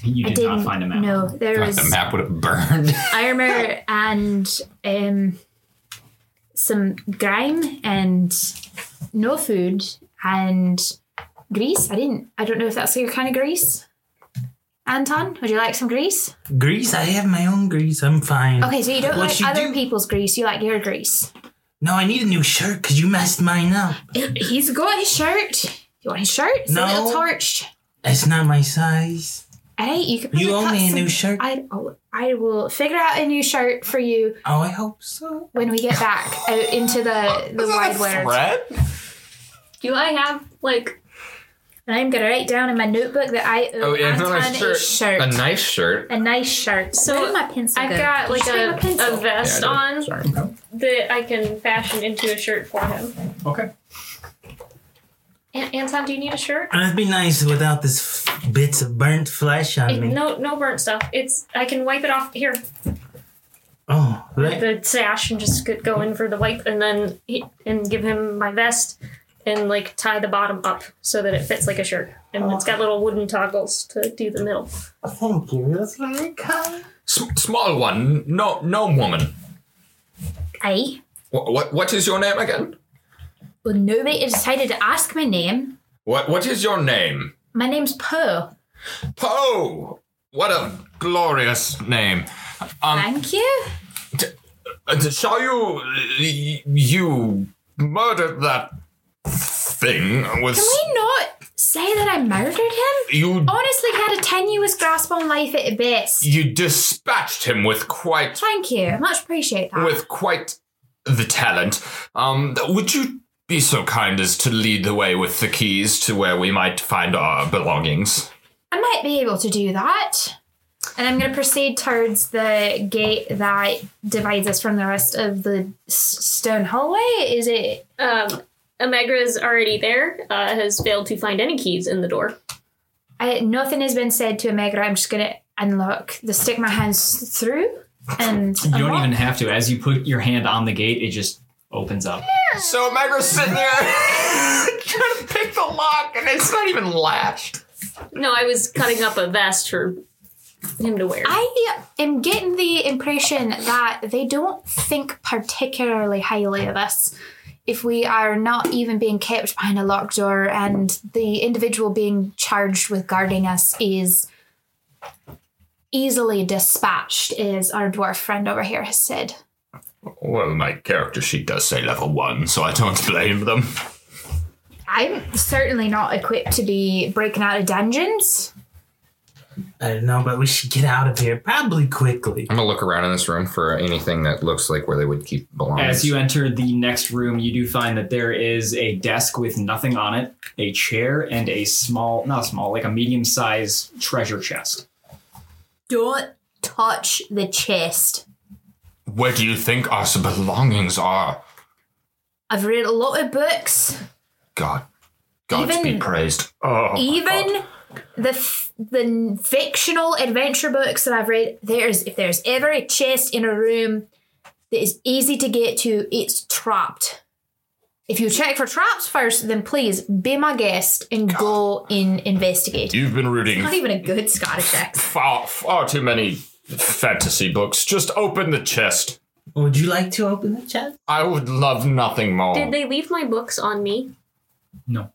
You I did didn't. not find a map. No, Oh, there God, was the map would have burned. Ah. armor and um, some grime and no food and grease. I didn't. I don't know if that's your kind of grease. Anton, would you like some grease? Grease? I have my own grease. I'm fine. Okay, so you don't What like you other do- people's grease. You like your grease. No, I need a new shirt because you messed mine up. He's got his shirt. You want his shirt? It's a little No. torched. It's not my size. Hey, you could. You probably owe cut me a some- new shirt. I oh, I will figure out a new shirt for you Oh, I hope so. when we get back out into the the wide world. Do I have like And I'm gonna write down in my notebook that I owe Oh, yeah, Anton not a a shirt. shirt, A nice shirt. a nice shirt. So, Where did my pencil I've go? got Did like you take a, my pencil? a vest Yeah, I on did. Sorry. that I can fashion into a shirt for him. Okay. An- Anton, do you need a shirt? And it'd be nice without this f- bits of burnt flesh on It- me. no, no burnt stuff. It's I can wipe it off here, Oh, right. the sash, and just get- go in for the wipe, and then he, and give him my vest, and like tie the bottom up so that it fits like a shirt, and it's got little wooden toggles to do the middle. Thank you. That's very kind. S- small one. No, gnome woman. I What, what? What is your name again? well, nobody decided to ask my name. What? What is your name? My name's Um, Poe. Poe. What a glorious name. Thank you. Uh, Shall you? You murdered that thing with? Can we not say that I murdered him? You Honestly, had a tenuous grasp on life at best. you dispatched him with quite Thank you, much appreciate that. with quite the talent. Um, would you be so kind as to lead the way with the keys to where we might find our belongings? I might be able to do that. And I'm going to proceed towards the gate that divides us from the rest of the s- stone hallway. Is it? Um, Amegra's already there. Uh, has failed to find any keys in the door. I, nothing has been said to Omegra. I'm just going to unlock the stick my hands through and You don't unlock. even have to. As you put your hand on the gate, it just opens up. So Megra's sitting there trying to pick the lock, and it's not even latched. No, I was cutting up a vest for him to wear. I am getting the impression that they don't think particularly highly of us. If we are not even being kept behind a locked door and the individual being charged with guarding us is easily dispatched, as our dwarf friend over here has said. Well, my character sheet does say level one, so I don't blame them. I'm certainly not equipped to be breaking out of dungeons. I don't know, but we should get out of here probably quickly. I'm gonna look around in this room for anything that looks like where they would keep belongings. As you enter the next room, you do find that there is a desk with nothing on it, a chair, and a small, not small, like a medium sized treasure chest. Don't touch the chest. Where do you think our belongings are? I've read a lot of books. God, God Even- be praised. Oh, even the f- the n- fictional adventure books that I've read, there's if there's ever a chest in a room that is easy to get to, it's trapped. If you check for traps first, then please be my guest and go and investigate. you've been reading Not even a good Scottish accent. far, far too many fantasy books. Just open the chest. Would you like to open the chest? I would love nothing more. Did they leave my books on me? The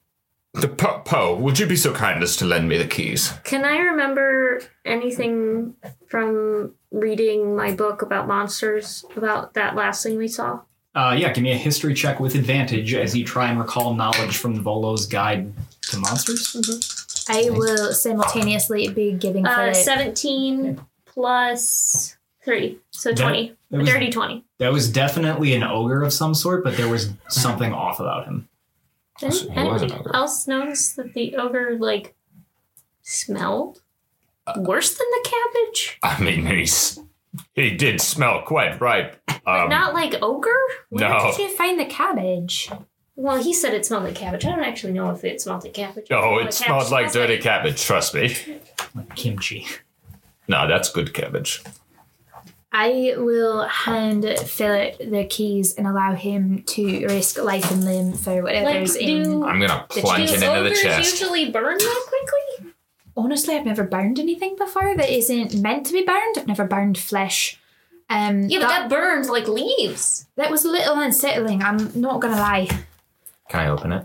Poe, po, would you be so kind as to lend me the keys? Can I remember anything from reading my book about monsters about that last thing we saw? Uh, yeah, give me a history check with advantage as you try and recall knowledge from the Volo's Guide to Monsters. I will simultaneously be giving for Uh, it. 17 plus 3. So That- 20. that a was- dirty 20. That was definitely an ogre of some sort, but there was something off about him. Does he was an anyone ogre. else notice that the ogre, like, smelled Uh, worse than the cabbage? I mean, he's he did smell quite ripe. Um, Not like ogre? Where No. did you find the cabbage? Well, he said it smelled like cabbage. I don't actually know if it smelled like cabbage. no, Oh, it smelled like dirty cabbage. Trust me. Kimchi. No, that's good cabbage. I will hand Philip the keys and allow him to risk life and limb for whatever's Like, in. do- I'm gonna Do plunge it into the ogres chest. usually burn that quickly? Honestly, I've never burned anything before that isn't meant to be burned. I've never burned flesh. Um, Yeah, but that burns like leaves. that was a little unsettling. I'm not gonna lie. Can I open it?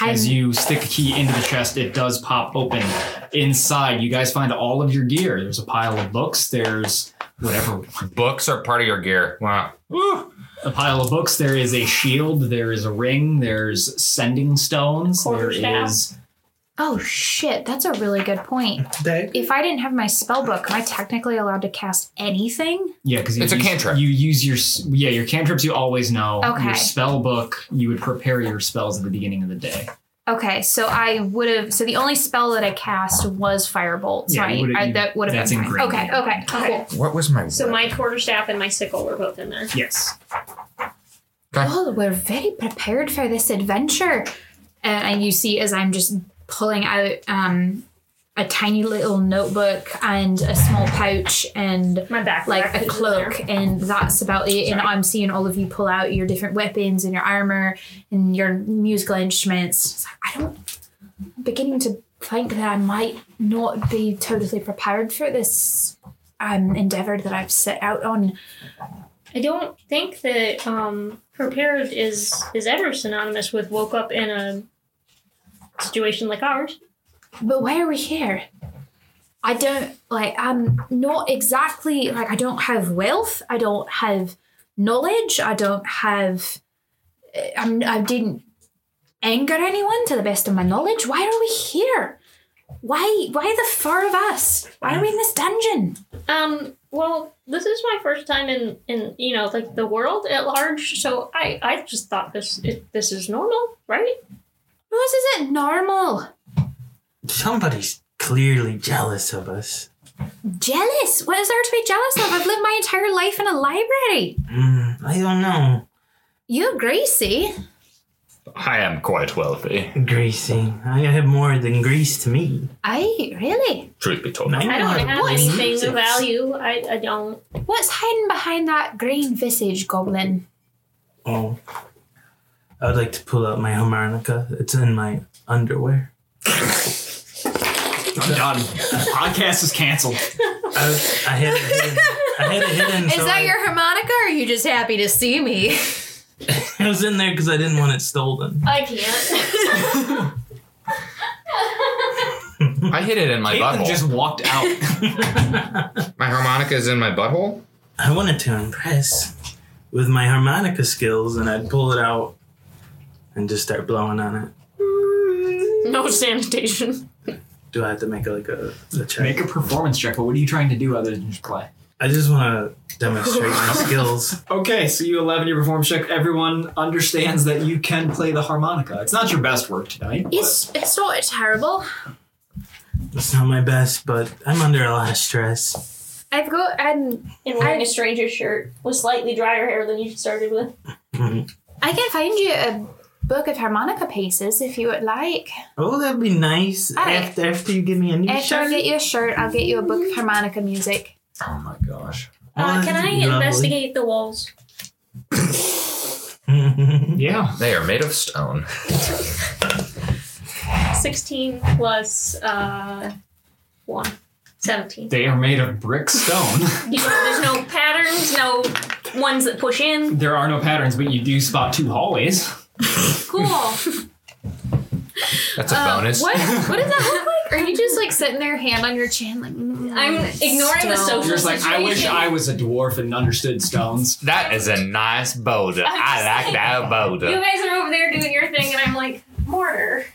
I'm, As you stick a key into the chest, it does pop open. Inside, you guys find all of your gear. There's a pile of books. There's whatever. Books are part of your gear. Wow. A pile of books. There is a shield. There is a ring. There's sending stones. There Quarterstaff. is. oh shit, that's a really good point. If I didn't have my spell book, am I technically allowed to cast anything? Yeah, because It's a cantrip. You use your s- yeah your cantrips. You always know Okay. your spell book. You would prepare your spells at the beginning of the day. Okay, so I would have. So the only spell that I cast was Firebolt, Yeah, you right? would've- I, you- that would have that's been fine. ingrained Okay, in you. okay, okay. What was my? So my quarterstaff and my sickle were both in there. Yes. Well, Oh, we're very prepared for this adventure. Uh, and you see, as I'm just pulling out um, a tiny little notebook and a small pouch and My back like a cloak, and that's about it. And I'm seeing all of you pull out your different weapons and your armor and your musical instruments. It's like, I don't. I'm beginning to think that I might not be totally prepared for this um, endeavor that I've set out on. I don't think that um, prepared is is ever synonymous with woke up in a situation like ours. But why are we here? I don't like I'm not exactly like I don't have wealth, I don't have knowledge, I don't have eh, I'm I didn't anger anyone to the best of my knowledge. Why are we here? Why why the four of us? Why are we in this dungeon? Um, well, this is my first time in in you know like the world at large, so I I just thought this it, this is normal, right? No, this isn't normal. Somebody's clearly jealous of us. Jealous? What is there to be jealous of? I've lived my entire life in a library. Mm, I don't know, You're Gracie. I am quite wealthy, Gracie. I have more than Greece to me. I really? truth be told. No. I don't have What? anything of value. I, I don't. What's hiding behind that green visage, goblin? Oh, I would like to pull out my harmonica. It's in my underwear. I'm done. Podcast is canceled. I, I had it hidden. I had it hidden. Is so that I- your harmonica or are you just happy to see me? It was in there because I didn't want it stolen. I can't. I hid it in my Caitlin butthole. just walked out. my harmonica is in my butthole. I wanted to impress with my harmonica skills, and I'd pull it out and just start blowing on it. no sanitation. Do I have to make like a, a check? Make a performance check, but what are you trying to do other than just play? I just want to demonstrate my skills. Okay, so you 11 your performance check. Everyone understands that you can play the harmonica. It's not your best work tonight. but- It's it's not terrible. It's not my best, but I'm under a lot of stress. I've got um And wearing a stranger shirt with slightly drier hair than you started with. I can find you a book of harmonica pieces if you would like. Oh, that'd be nice. All right. After, after you give me a new After I shirt. get you a shirt, I'll get you a book of harmonica music. Oh my gosh. Uh, Oh, can I that'd be investigate the walls? lovely. yeah. They are made of stone. 16 plus uh, 1. 17. They are made of brick stone. You know, there's no patterns, no ones that push in. there are no patterns, but you do spot two hallways. Cool. That's Uh, a bonus. What what is that? Are you just like sitting there, hand on your chin, like? mm. I'm ignoring the Stone. social You're just like, I wish situation. I was a dwarf and understood stones. That is a nice boulder. I'm just I like saying. that You boulder. guys are over there doing your thing, and I'm like, mortar.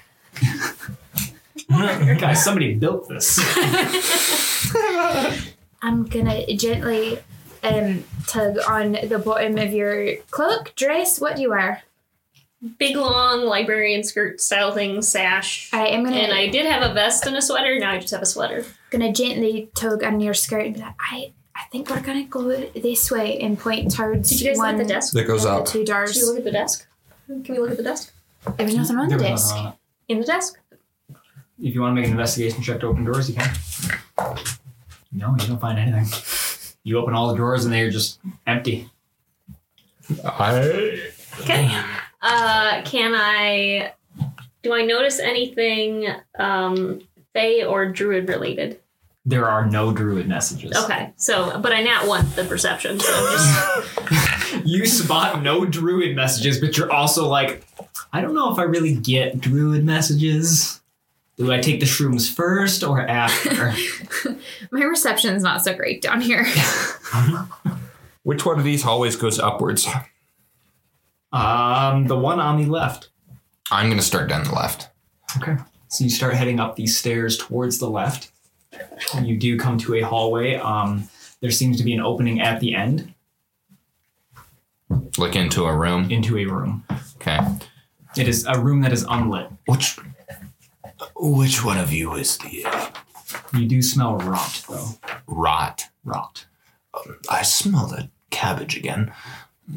Guys, somebody built this. I'm gonna gently um, tug on the bottom of your cloak, dress. What do you wear? Big long librarian skirt style thing, sash. I am gonna And I did have a vest and a sweater. Now I just have a sweater. gonna gently tug on your skirt and be like, I I think we're gonna go this way and point towards Did you guys look one at the desk? That goes of up. the two Did you doors. look at the desk? Can we look at the desk? There was nothing on the There was desk. nothing on In the desk? it. If you want to make an investigation check to open doors, you can. No, you don't find anything. You open all the drawers and they are just empty. I, Uh, can I? Do I notice anything um, Fey or Druid related? There are no druid messages. Okay, so but I not want the perception. So I'm just, You spot no druid messages, but you're also like, I don't know if I really get druid messages. Do I take the shrooms first or after? My reception's not so great down here. which one of these hallways goes upwards? um, the one on the left. I'm gonna start down the left. Okay. So you start heading up these stairs towards the left. And you do come to a hallway. Um, there seems to be an opening at the end Look into a room. into a room. Okay. It is a room that is unlit. Which which one of you is the You do smell rot, though. rot? Uh, Rot. I smell the cabbage again.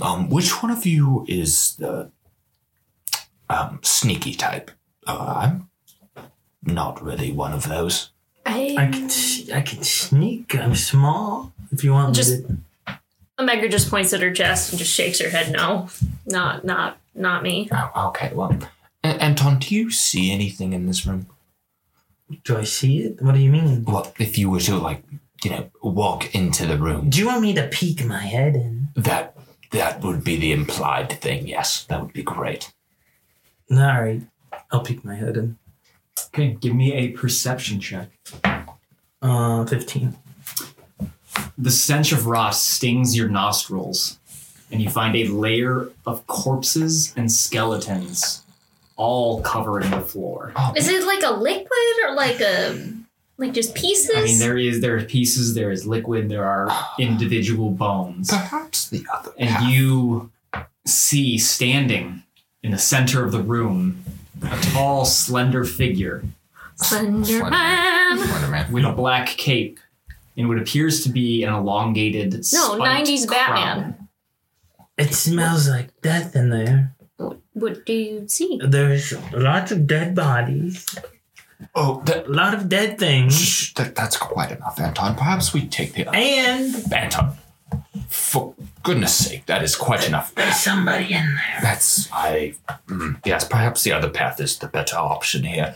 Um, which one of you is the um, sneaky type? Uh, I'm not really one of those. I can, s- I can sneak. I'm small. If you want Just- me to. Omega just points at her chest and just shakes her head. No, not not not me. Oh, okay. Well, A- Anton, do you see anything in this room? Do I see it? What do you mean? Well, if you were to like, you know, walk into the room, Do you want me to peek my head in? that that would be the implied thing. Yes, that would be great. All right. I'll peek my head in. Okay, give me a perception check. Uh, 15. The stench of rot stings your nostrils, and you find a layer of corpses and skeletons all covering the floor. Is it like a liquid or like a like just pieces? I mean, there is there are pieces, there is liquid, there are individual bones. Perhaps the other. and you see standing in the center of the room a tall, slender figure Slenderman. Slenderman. with a black cape and what appears to be an elongated No, spiked 90s crown. Batman. It smells like death in there. What do you see? There's lots of dead bodies, Oh, that, a lot of dead things, shh, that that's quite enough, Anton. Perhaps we take the other. and Anton, for goodness sake, that is quite enough. there's somebody in there. That's I. mm, yes, perhaps the other path is the better option here.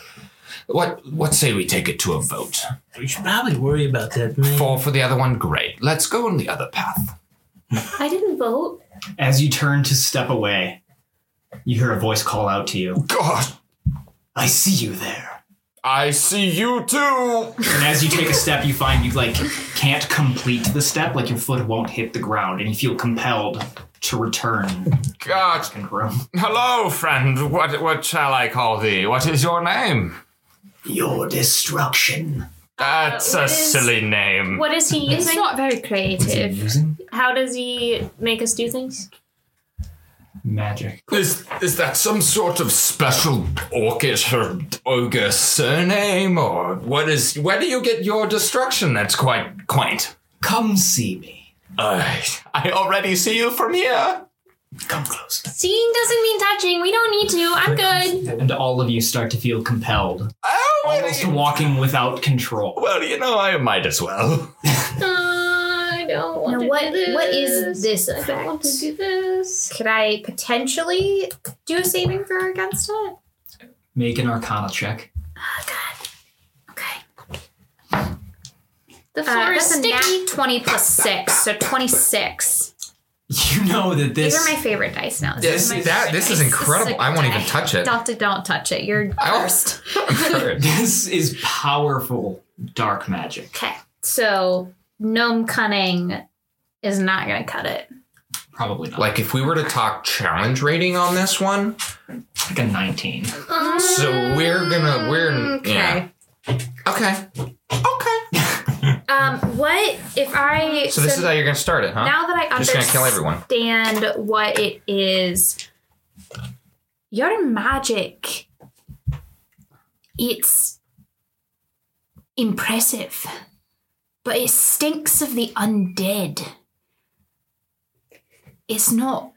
What what say we take it to a vote? We should probably worry about that man. Four for the other one. Great. Let's go on the other path. I didn't vote. As you turn to step away, you hear a voice call out to you God, I see you there. I see you too. And as you take a step, you find you like can't complete the step, like your foot won't hit the ground, and you feel compelled to return to God, the room. hello, friend. What what shall I call thee? What is your name? Your destruction. That's Uh, a what is- silly name. What is he It's using? not very creative. Using How does he make us do things? magic. Is is that some sort of special orcish or ogre surname, or what is? Where do you get your destruction? That's quite quaint. Come see me. Uh, I already see you from here. Come close. Seeing doesn't mean touching. We don't need to. I'm good. And all of you start to feel compelled, Oh, well, almost you- walking without control. well, you know, I might as well. Uh, I don't want Now, to what do this. what is this I don't want effect? to do this. Could I potentially do a saving throw against it? Make an arcana check. The Uh, floor is that's a sticky. nat 20 plus 6, so 26. You know that this. These are my favorite dice now. This that this is incredible. I won't even touch it. Don't, don't touch it. You're I won't- cursed. I'm hurt. This is powerful dark magic. Okay. So, gnome cunning is not going to cut it. Probably not. Like if we were to talk challenge rating on this one, like a 19. so we're gonna we're yeah. Okay. Okay. Um, what if I? So this is how you're gonna start it, huh? now that I Just gonna kill everyone. understand what it is, your magic, it's impressive, but it stinks of the undead. It's not.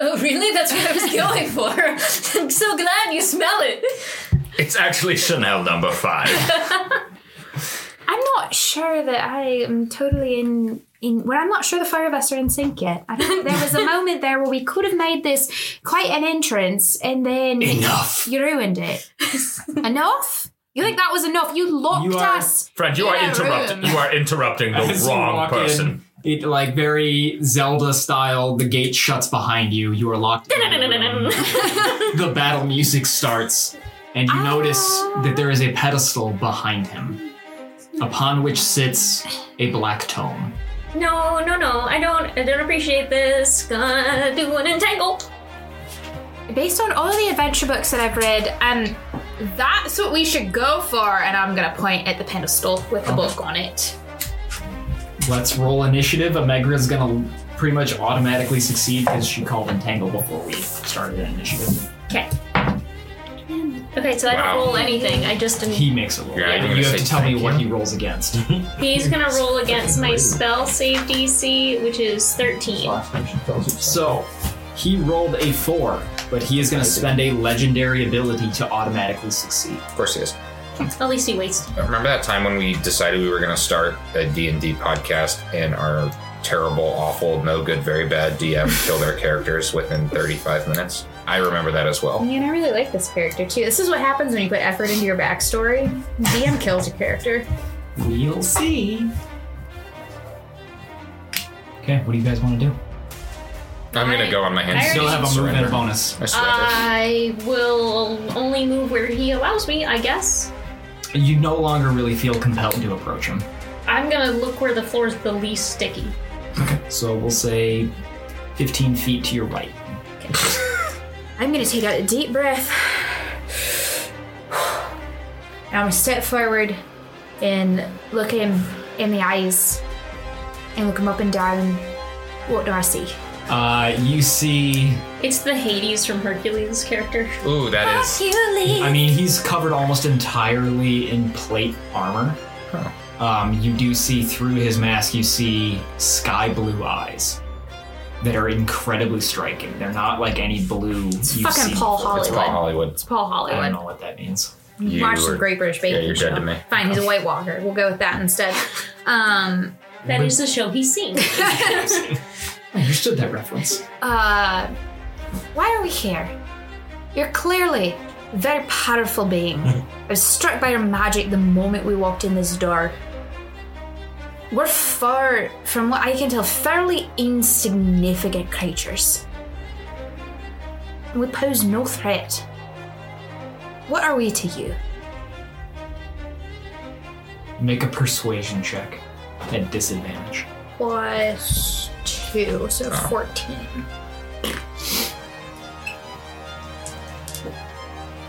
Oh, really? That's what I was going for. I'm so glad you smell it. It's actually Chanel number five. I'm not sure that I am totally in. In, well, I'm not sure the four of us are in sync yet. I don't, there was a moment there where we could have made this quite an entrance, and then Enough. You ruined it. enough? You think that was enough? You locked You are- us. Friend, you are Yeah, interrupting. room. You are interrupting the As you wrong walk in, person. It like very Zelda style. The gate shuts behind you. You are locked. in the room. the battle music starts, and you notice that there is a pedestal behind him, upon which sits a black tome. No, no, no. I don't. I don't appreciate this. Gonna do an entangle. Based on all the adventure books that I've read, um, that's what we should go for. And I'm gonna point at the pedestal with the Oh. book on it. Let's roll initiative. Omegra's gonna pretty much automatically succeed because she called entangle before we started an initiative. Okay, so I Wow. don't roll anything. I just am- He makes a roll. Yeah, I think you I'm have gonna to say tell me thank what you. he rolls against. he's gonna roll against my spell save DC, which is thirteen. So, he rolled a four, but he is going to spend a legendary ability to automatically succeed. Of course he is. At least he wasted. Remember that time when we decided we were going to start a D&D podcast and our terrible, awful, no good, very bad DM killed our characters within 35 minutes? I remember that as well. Man, I really like this character too. This is what happens when you put effort into your backstory. DM kills your character. We'll see. Okay, what do you guys want to do? I'm going to go on my hands. Still and have a knees. move and a Surrender. bonus. I I surrender. will only move where he allows me, I guess. You no longer really feel compelled to approach him. I'm gonna look where the floor is the least sticky. So we'll say 15 feet to your right. I'm gonna take out a deep breath. And I'm gonna step forward and look him in the eyes and look him up and down. What do I see? Uh, you see, It's the Hades from Hercules character. Uh, Ooh, that is. I mean, he's covered almost entirely in plate armor. Um, you do see through his mask, you see sky blue eyes that are incredibly striking. They're not like any blue. It's fucking Paul It's Hollywood. Paul Hollywood. It's Paul I don't Hollywood. know what that means. You Watch the were- Great British Yeah, Baking you're dead to Show. me. Fine, he's a White Walker. We'll go with that instead. Um, That is the show he's seen. I understood that reference. uh, why are we here? You're clearly a very powerful being. I was struck by your magic the moment we walked in this door. We're far, from what I can tell, fairly insignificant creatures. We pose no threat. What are we to you? Make a persuasion check at disadvantage. Plus two, so 14.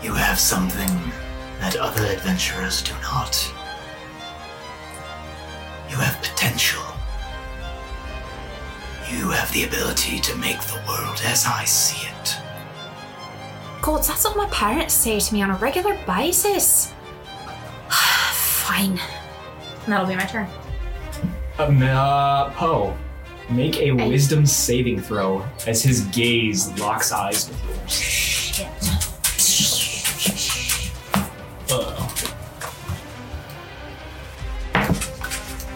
You have something that other adventurers do not. You have potential. You have the ability to make the world as I see it. God, that's what my parents say to me on a regular basis. Fine. That'll be my turn. Um, uh, Poe, make a wisdom saving throw as his gaze locks eyes with yours.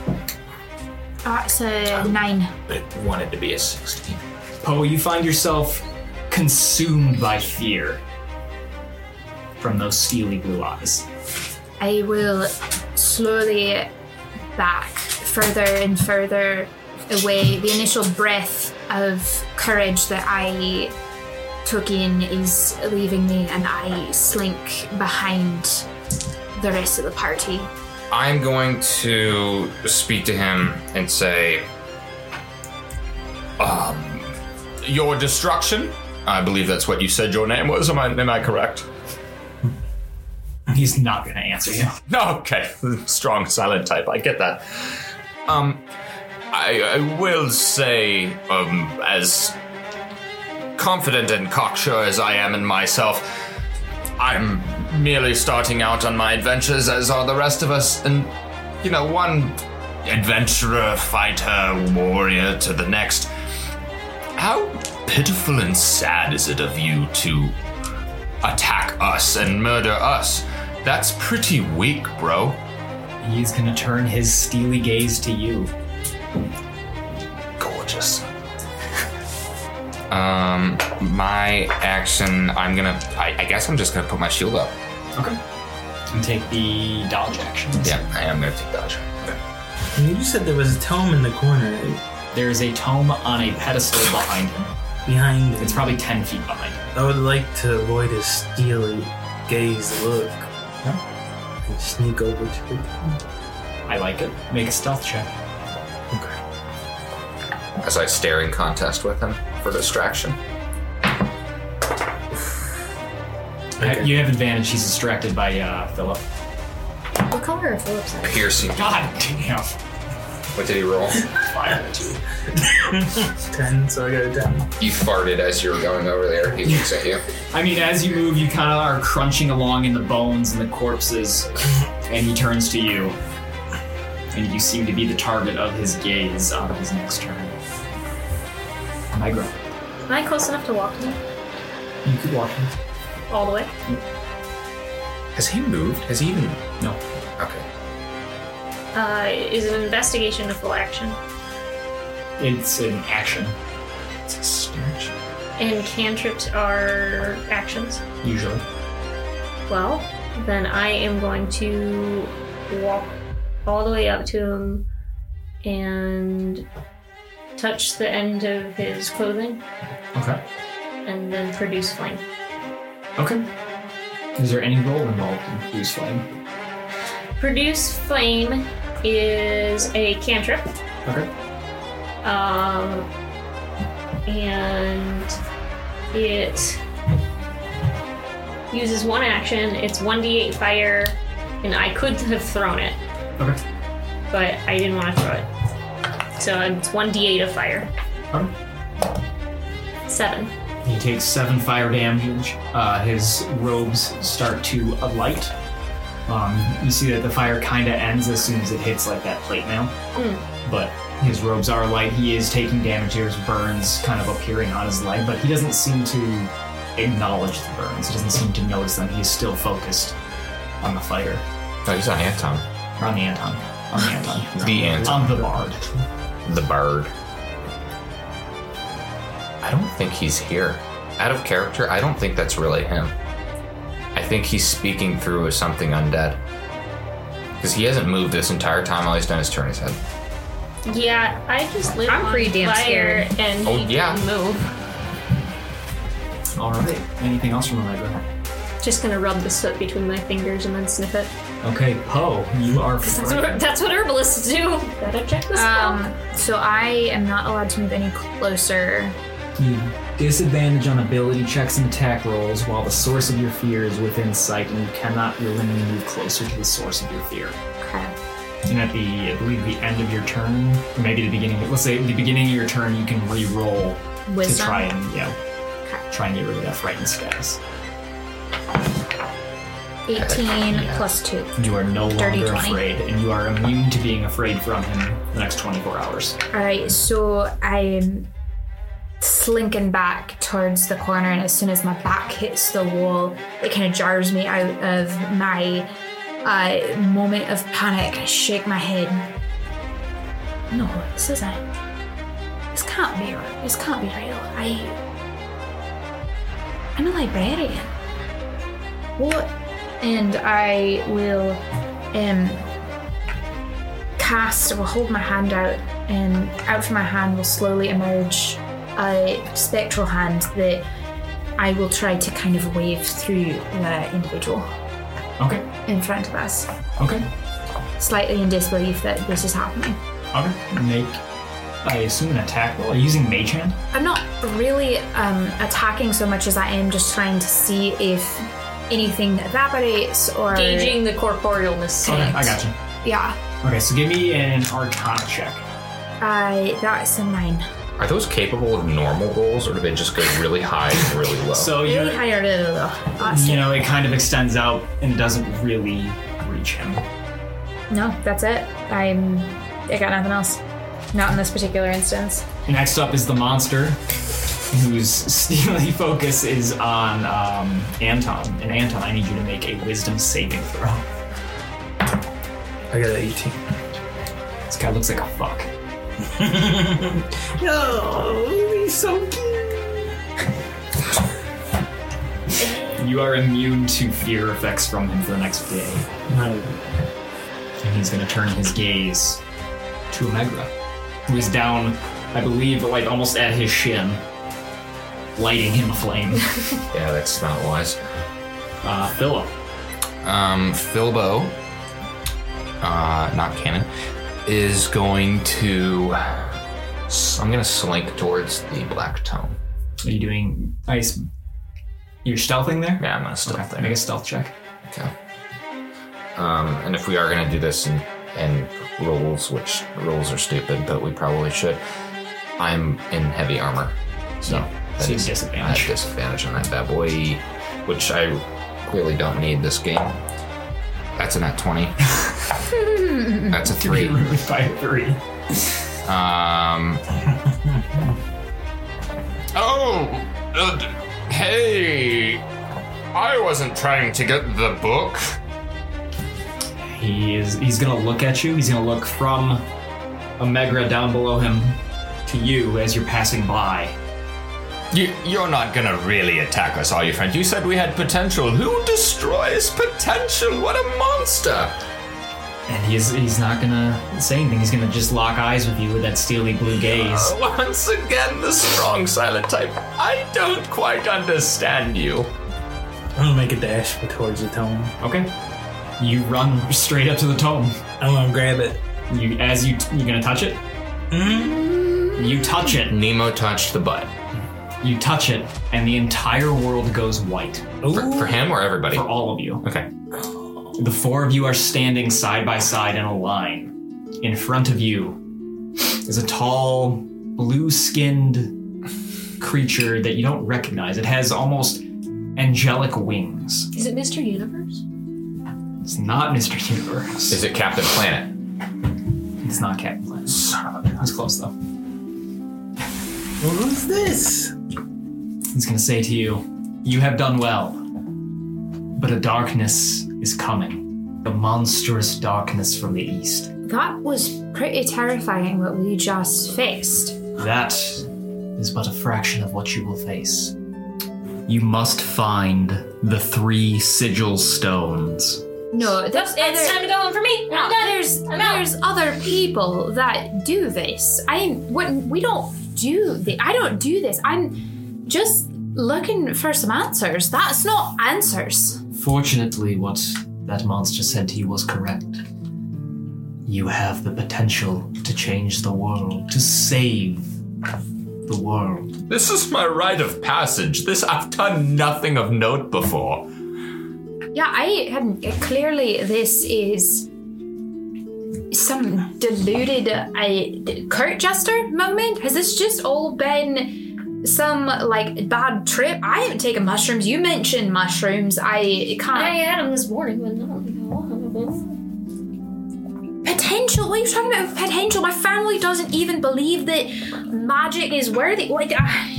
Oh, it's a nine. It wanted to be a 16. Poe, you find yourself consumed by fear from those steely blue eyes. I will slowly back further and further away. The initial breath of courage that I took in is leaving me, and I slink behind the rest of the party. I'm going to speak to him and say, um, your destruction. I believe that's what you said your name was. Am I, am I correct? He's not going to answer you. No, okay. Strong, silent type. I get that. Um, I, I will say, um, as confident and cocksure as I am in myself, I'm merely starting out on my adventures, as are the rest of us. And, you know, one adventurer, fighter, warrior to the next. How pitiful and sad is it of you to attack us and murder us? That's pretty weak, bro. He's going to turn his steely gaze to you. Gorgeous. Um, my action, I'm gonna, I, I guess I'm just gonna put my shield up. Okay. And take the dodge action. Yeah, I am gonna take dodge. You said there was a tome in the corner right? There is a tome on a pedestal behind him. behind it. It's probably 10 feet behind him. I would like to avoid his steely gaze look. And sneak over to the I like it. Make a stealth check. As I stare in contest with him for distraction. Okay. You have advantage. He's distracted by uh, Philip. What color are Philip's eyes? Piercing. God Ah, damn. What did he roll? ten, so I got a ten. You farted as you were going over there. He looks at you. I mean, as you move, you kind of are crunching along in the bones and the corpses, and he turns to you. And you seem to be the target of his gaze on his next turn. Migra, Am I close enough to walk him you could walk him. all the way? Has he moved? Has he even? No. Okay. Uh, is an investigation a full action? It's an action, It's a snatch. And cantrips are actions. usually. Well, then I am going to walk all the way up to him and touch the end of his clothing Okay. and then produce flame. Okay. Is there any roll involved in Blue's Flame? Produce flame is a cantrip. Okay. Um, and it uses one action. It's 1d8 fire, and I could have thrown it, Okay. but I didn't want to throw it. So it's 1d8 of fire. Okay. Seven. He takes seven fire damage. Uh, his robes start to alight. Um, you see that the fire kind of ends as soon as it hits like that plate now. Mm. But his robes are alight. He is taking damage here. His burns kind of appearing on his leg, but he doesn't seem to acknowledge the burns. He doesn't seem to notice them. He is still focused on the fire. No, he's on Anton. Or on the Anton. On the Anton. The Anton. On the Bard. The bird. I don't think he's here. Out of character, I don't think that's really him. I think he's speaking through something undead. Because he hasn't moved this entire time. All he's done is turn his head. Yeah, I just lit I'm on pretty damn fire scared. and he Oh, yeah. didn't move. All right. Anything else from Allegra? Just gonna rub the soot between my fingers and then sniff it. Okay, Poe, you are. That's what, that's what herbalists do. Gotta check this out. Um, so I am not allowed to move any closer. You disadvantage on ability checks and attack rolls while the source of your fear is within sight and you cannot willingly move closer to the source of your fear. Okay. And at the, I believe, the end of your turn, or maybe the beginning, let's say the beginning of your turn, you can re-roll to Wisdom? try and, yeah, try and get rid of that frightened status. 18 plus 2. You are no Dirty longer 20. afraid, and you are immune to being afraid from him the next 24 hours. Alright, so I'm slinking back towards the corner, and as soon as my back hits the wall, it kind of jars me out of my uh, moment of panic. I shake my head. No, this isn't. This can't be. r- This can't be real. I. I'm a librarian. What? And I will um, cast, I will hold my hand out, and out from my hand will slowly emerge a spectral hand that I will try to kind of wave through the individual Okay, in front of us, okay, slightly in disbelief that this is happening. okay. Make I assume an attack roll. Are you using Mage Hand? I'm not really um, attacking so much as I am just trying to see if anything evaporates or Gauging the corporealness. Okay, I got you. Yeah, Okay, so give me an Arcana check. I that's a nine. Are those capable of normal rolls, or do they just go really high and really low? Oh, So you Really high or low, though. That's- you know it kind of extends out and doesn't really reach him. No, that's it. I'm. I got nothing else. Not in this particular instance. Next up is the monster, whose steely focus is on um, Anton. And Anton, I need you to make a wisdom saving throw. I got an 18. This guy looks like a fuck. no, he's so cute. you are immune to fear effects from him for the next day. And he's going to turn his gaze to Omegra, who is down, I believe, like almost at his shin, lighting him aflame. yeah, that's not wise. Uh, Philip. Um, Philbo, uh, not canon, is going to. I'm going to slink towards the black tone. Are you doing ice? You're stealthing there? Yeah, I'm going to stop Okay, there. make a stealth check. Okay. Um, and if we are going to do this and, and rules, which rules are stupid, but we probably should, I'm in heavy armor. So, that so you is- have disadvantage. I have disadvantage on that bad boy, which I really don't need this game. That's a nat 20. That's a 3. Ruined by three. Um. oh, uh, d- hey! I wasn't trying to get the book. He is. He's gonna look at you. He's gonna look from Omegra down below him to you as you're passing by. You, you're not gonna really attack us, are you, friend? You said we had potential. Who destroys potential? What a monster! And he's he's not gonna say anything. He's gonna just lock eyes with you with that steely blue gaze. Once again, the strong silent type. I don't quite understand you. I'm gonna make a dash for towards the tome. Okay. You run straight up to the tome. I'm gonna grab it. You as you you're gonna touch it. You touch it. Nemo touched the butt. You touch it, and the entire world goes white For, for him or everybody? for all of you. Okay. The four of you are standing side by side in a line. In front of you is a tall, blue skinned creature that you don't recognize. It has almost angelic wings. Is it Mr. Universe? It's not Mr. Universe. Is it Captain Planet? It's not Captain Planet. It's close though. Who's this? He's gonna say to you, You have done well, but a darkness is coming. A monstrous darkness from the east. That was pretty terrifying what we just faced. That is but a fraction of what you will face. You must find the three sigil stones. No, there's It's time other, to go home for me. I'm done. there's, out. there's other people that do this. I wouldn't. We don't do the. I don't do this. I'm just looking for some answers. That's not answers. Fortunately, what that monster said to you was correct. You have the potential to change the world, to save the world. This is my rite of passage. This I've done nothing of note before. Yeah, I hadn't. Clearly, this is some deluded uh, court jester moment. Has this just all been some like bad trip? I haven't taken mushrooms. You mentioned mushrooms. I I can't. had him this morning, but no, no. potential. What are you talking about? with Potential. My family doesn't even believe that magic is worthy. Like, ah,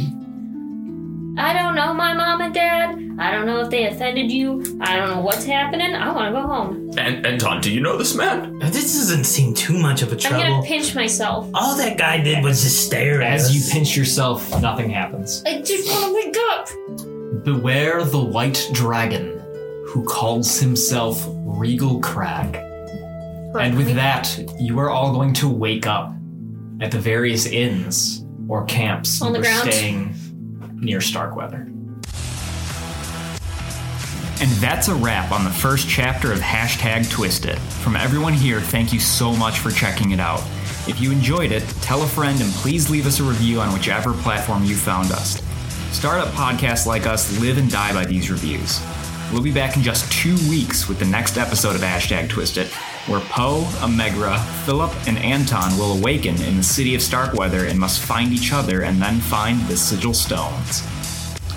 I don't know my mom and dad. I don't know if they offended you. I don't know what's happening. I want to go home. And Anton, do you know this man? This doesn't seem too much of a I'm gonna trouble. pinch myself. All that guy did was just stare at As us. you pinch yourself, nothing happens. I just want to wake up. Beware the white dragon who calls himself Regal Crag. And with that, you are all going to wake up at the various inns or camps On the you were ground? staying near Starkweather. And that's a wrap on the first chapter of Hashtag Twist It. From everyone here, thank you so much for checking it out. If you enjoyed it, tell a friend and please leave us a review on whichever platform you found us. Startup podcasts like us live and die by these reviews. We'll be back in just two weeks with the next episode of Hashtag Twisted, where Poe, Omegra, Philip, and Anton will awaken in the city of Starkweather and must find each other and then find the Sigil Stones.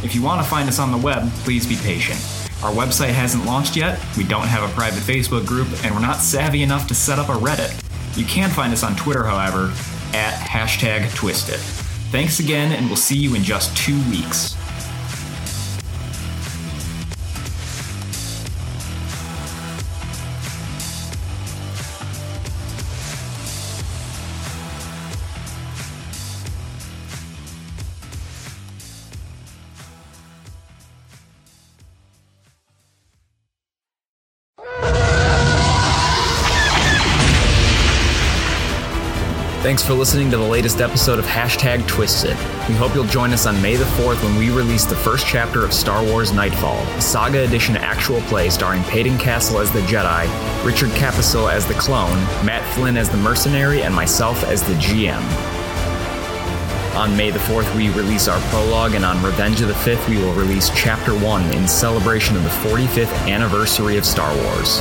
If you want to find us on the web, please be patient. Our website hasn't launched yet, we don't have a private Facebook group, and we're not savvy enough to set up a Reddit. You can find us on Twitter, however, at hashtag twisted. Thanks again, and we'll see you in just two weeks. Thanks for listening to the latest episode of Hashtag Twisted. We hope you'll join us on May the 4th when we release the first chapter of Star Wars Nightfall, a saga edition actual play starring Peyton Castle as the Jedi, Richard Capasole as the clone, Matt Flynn as the mercenary, and myself as the GM. On May the 4th, we release our prologue, and on Revenge of the 5th, we will release Chapter 1 in celebration of the 45th anniversary of Star Wars.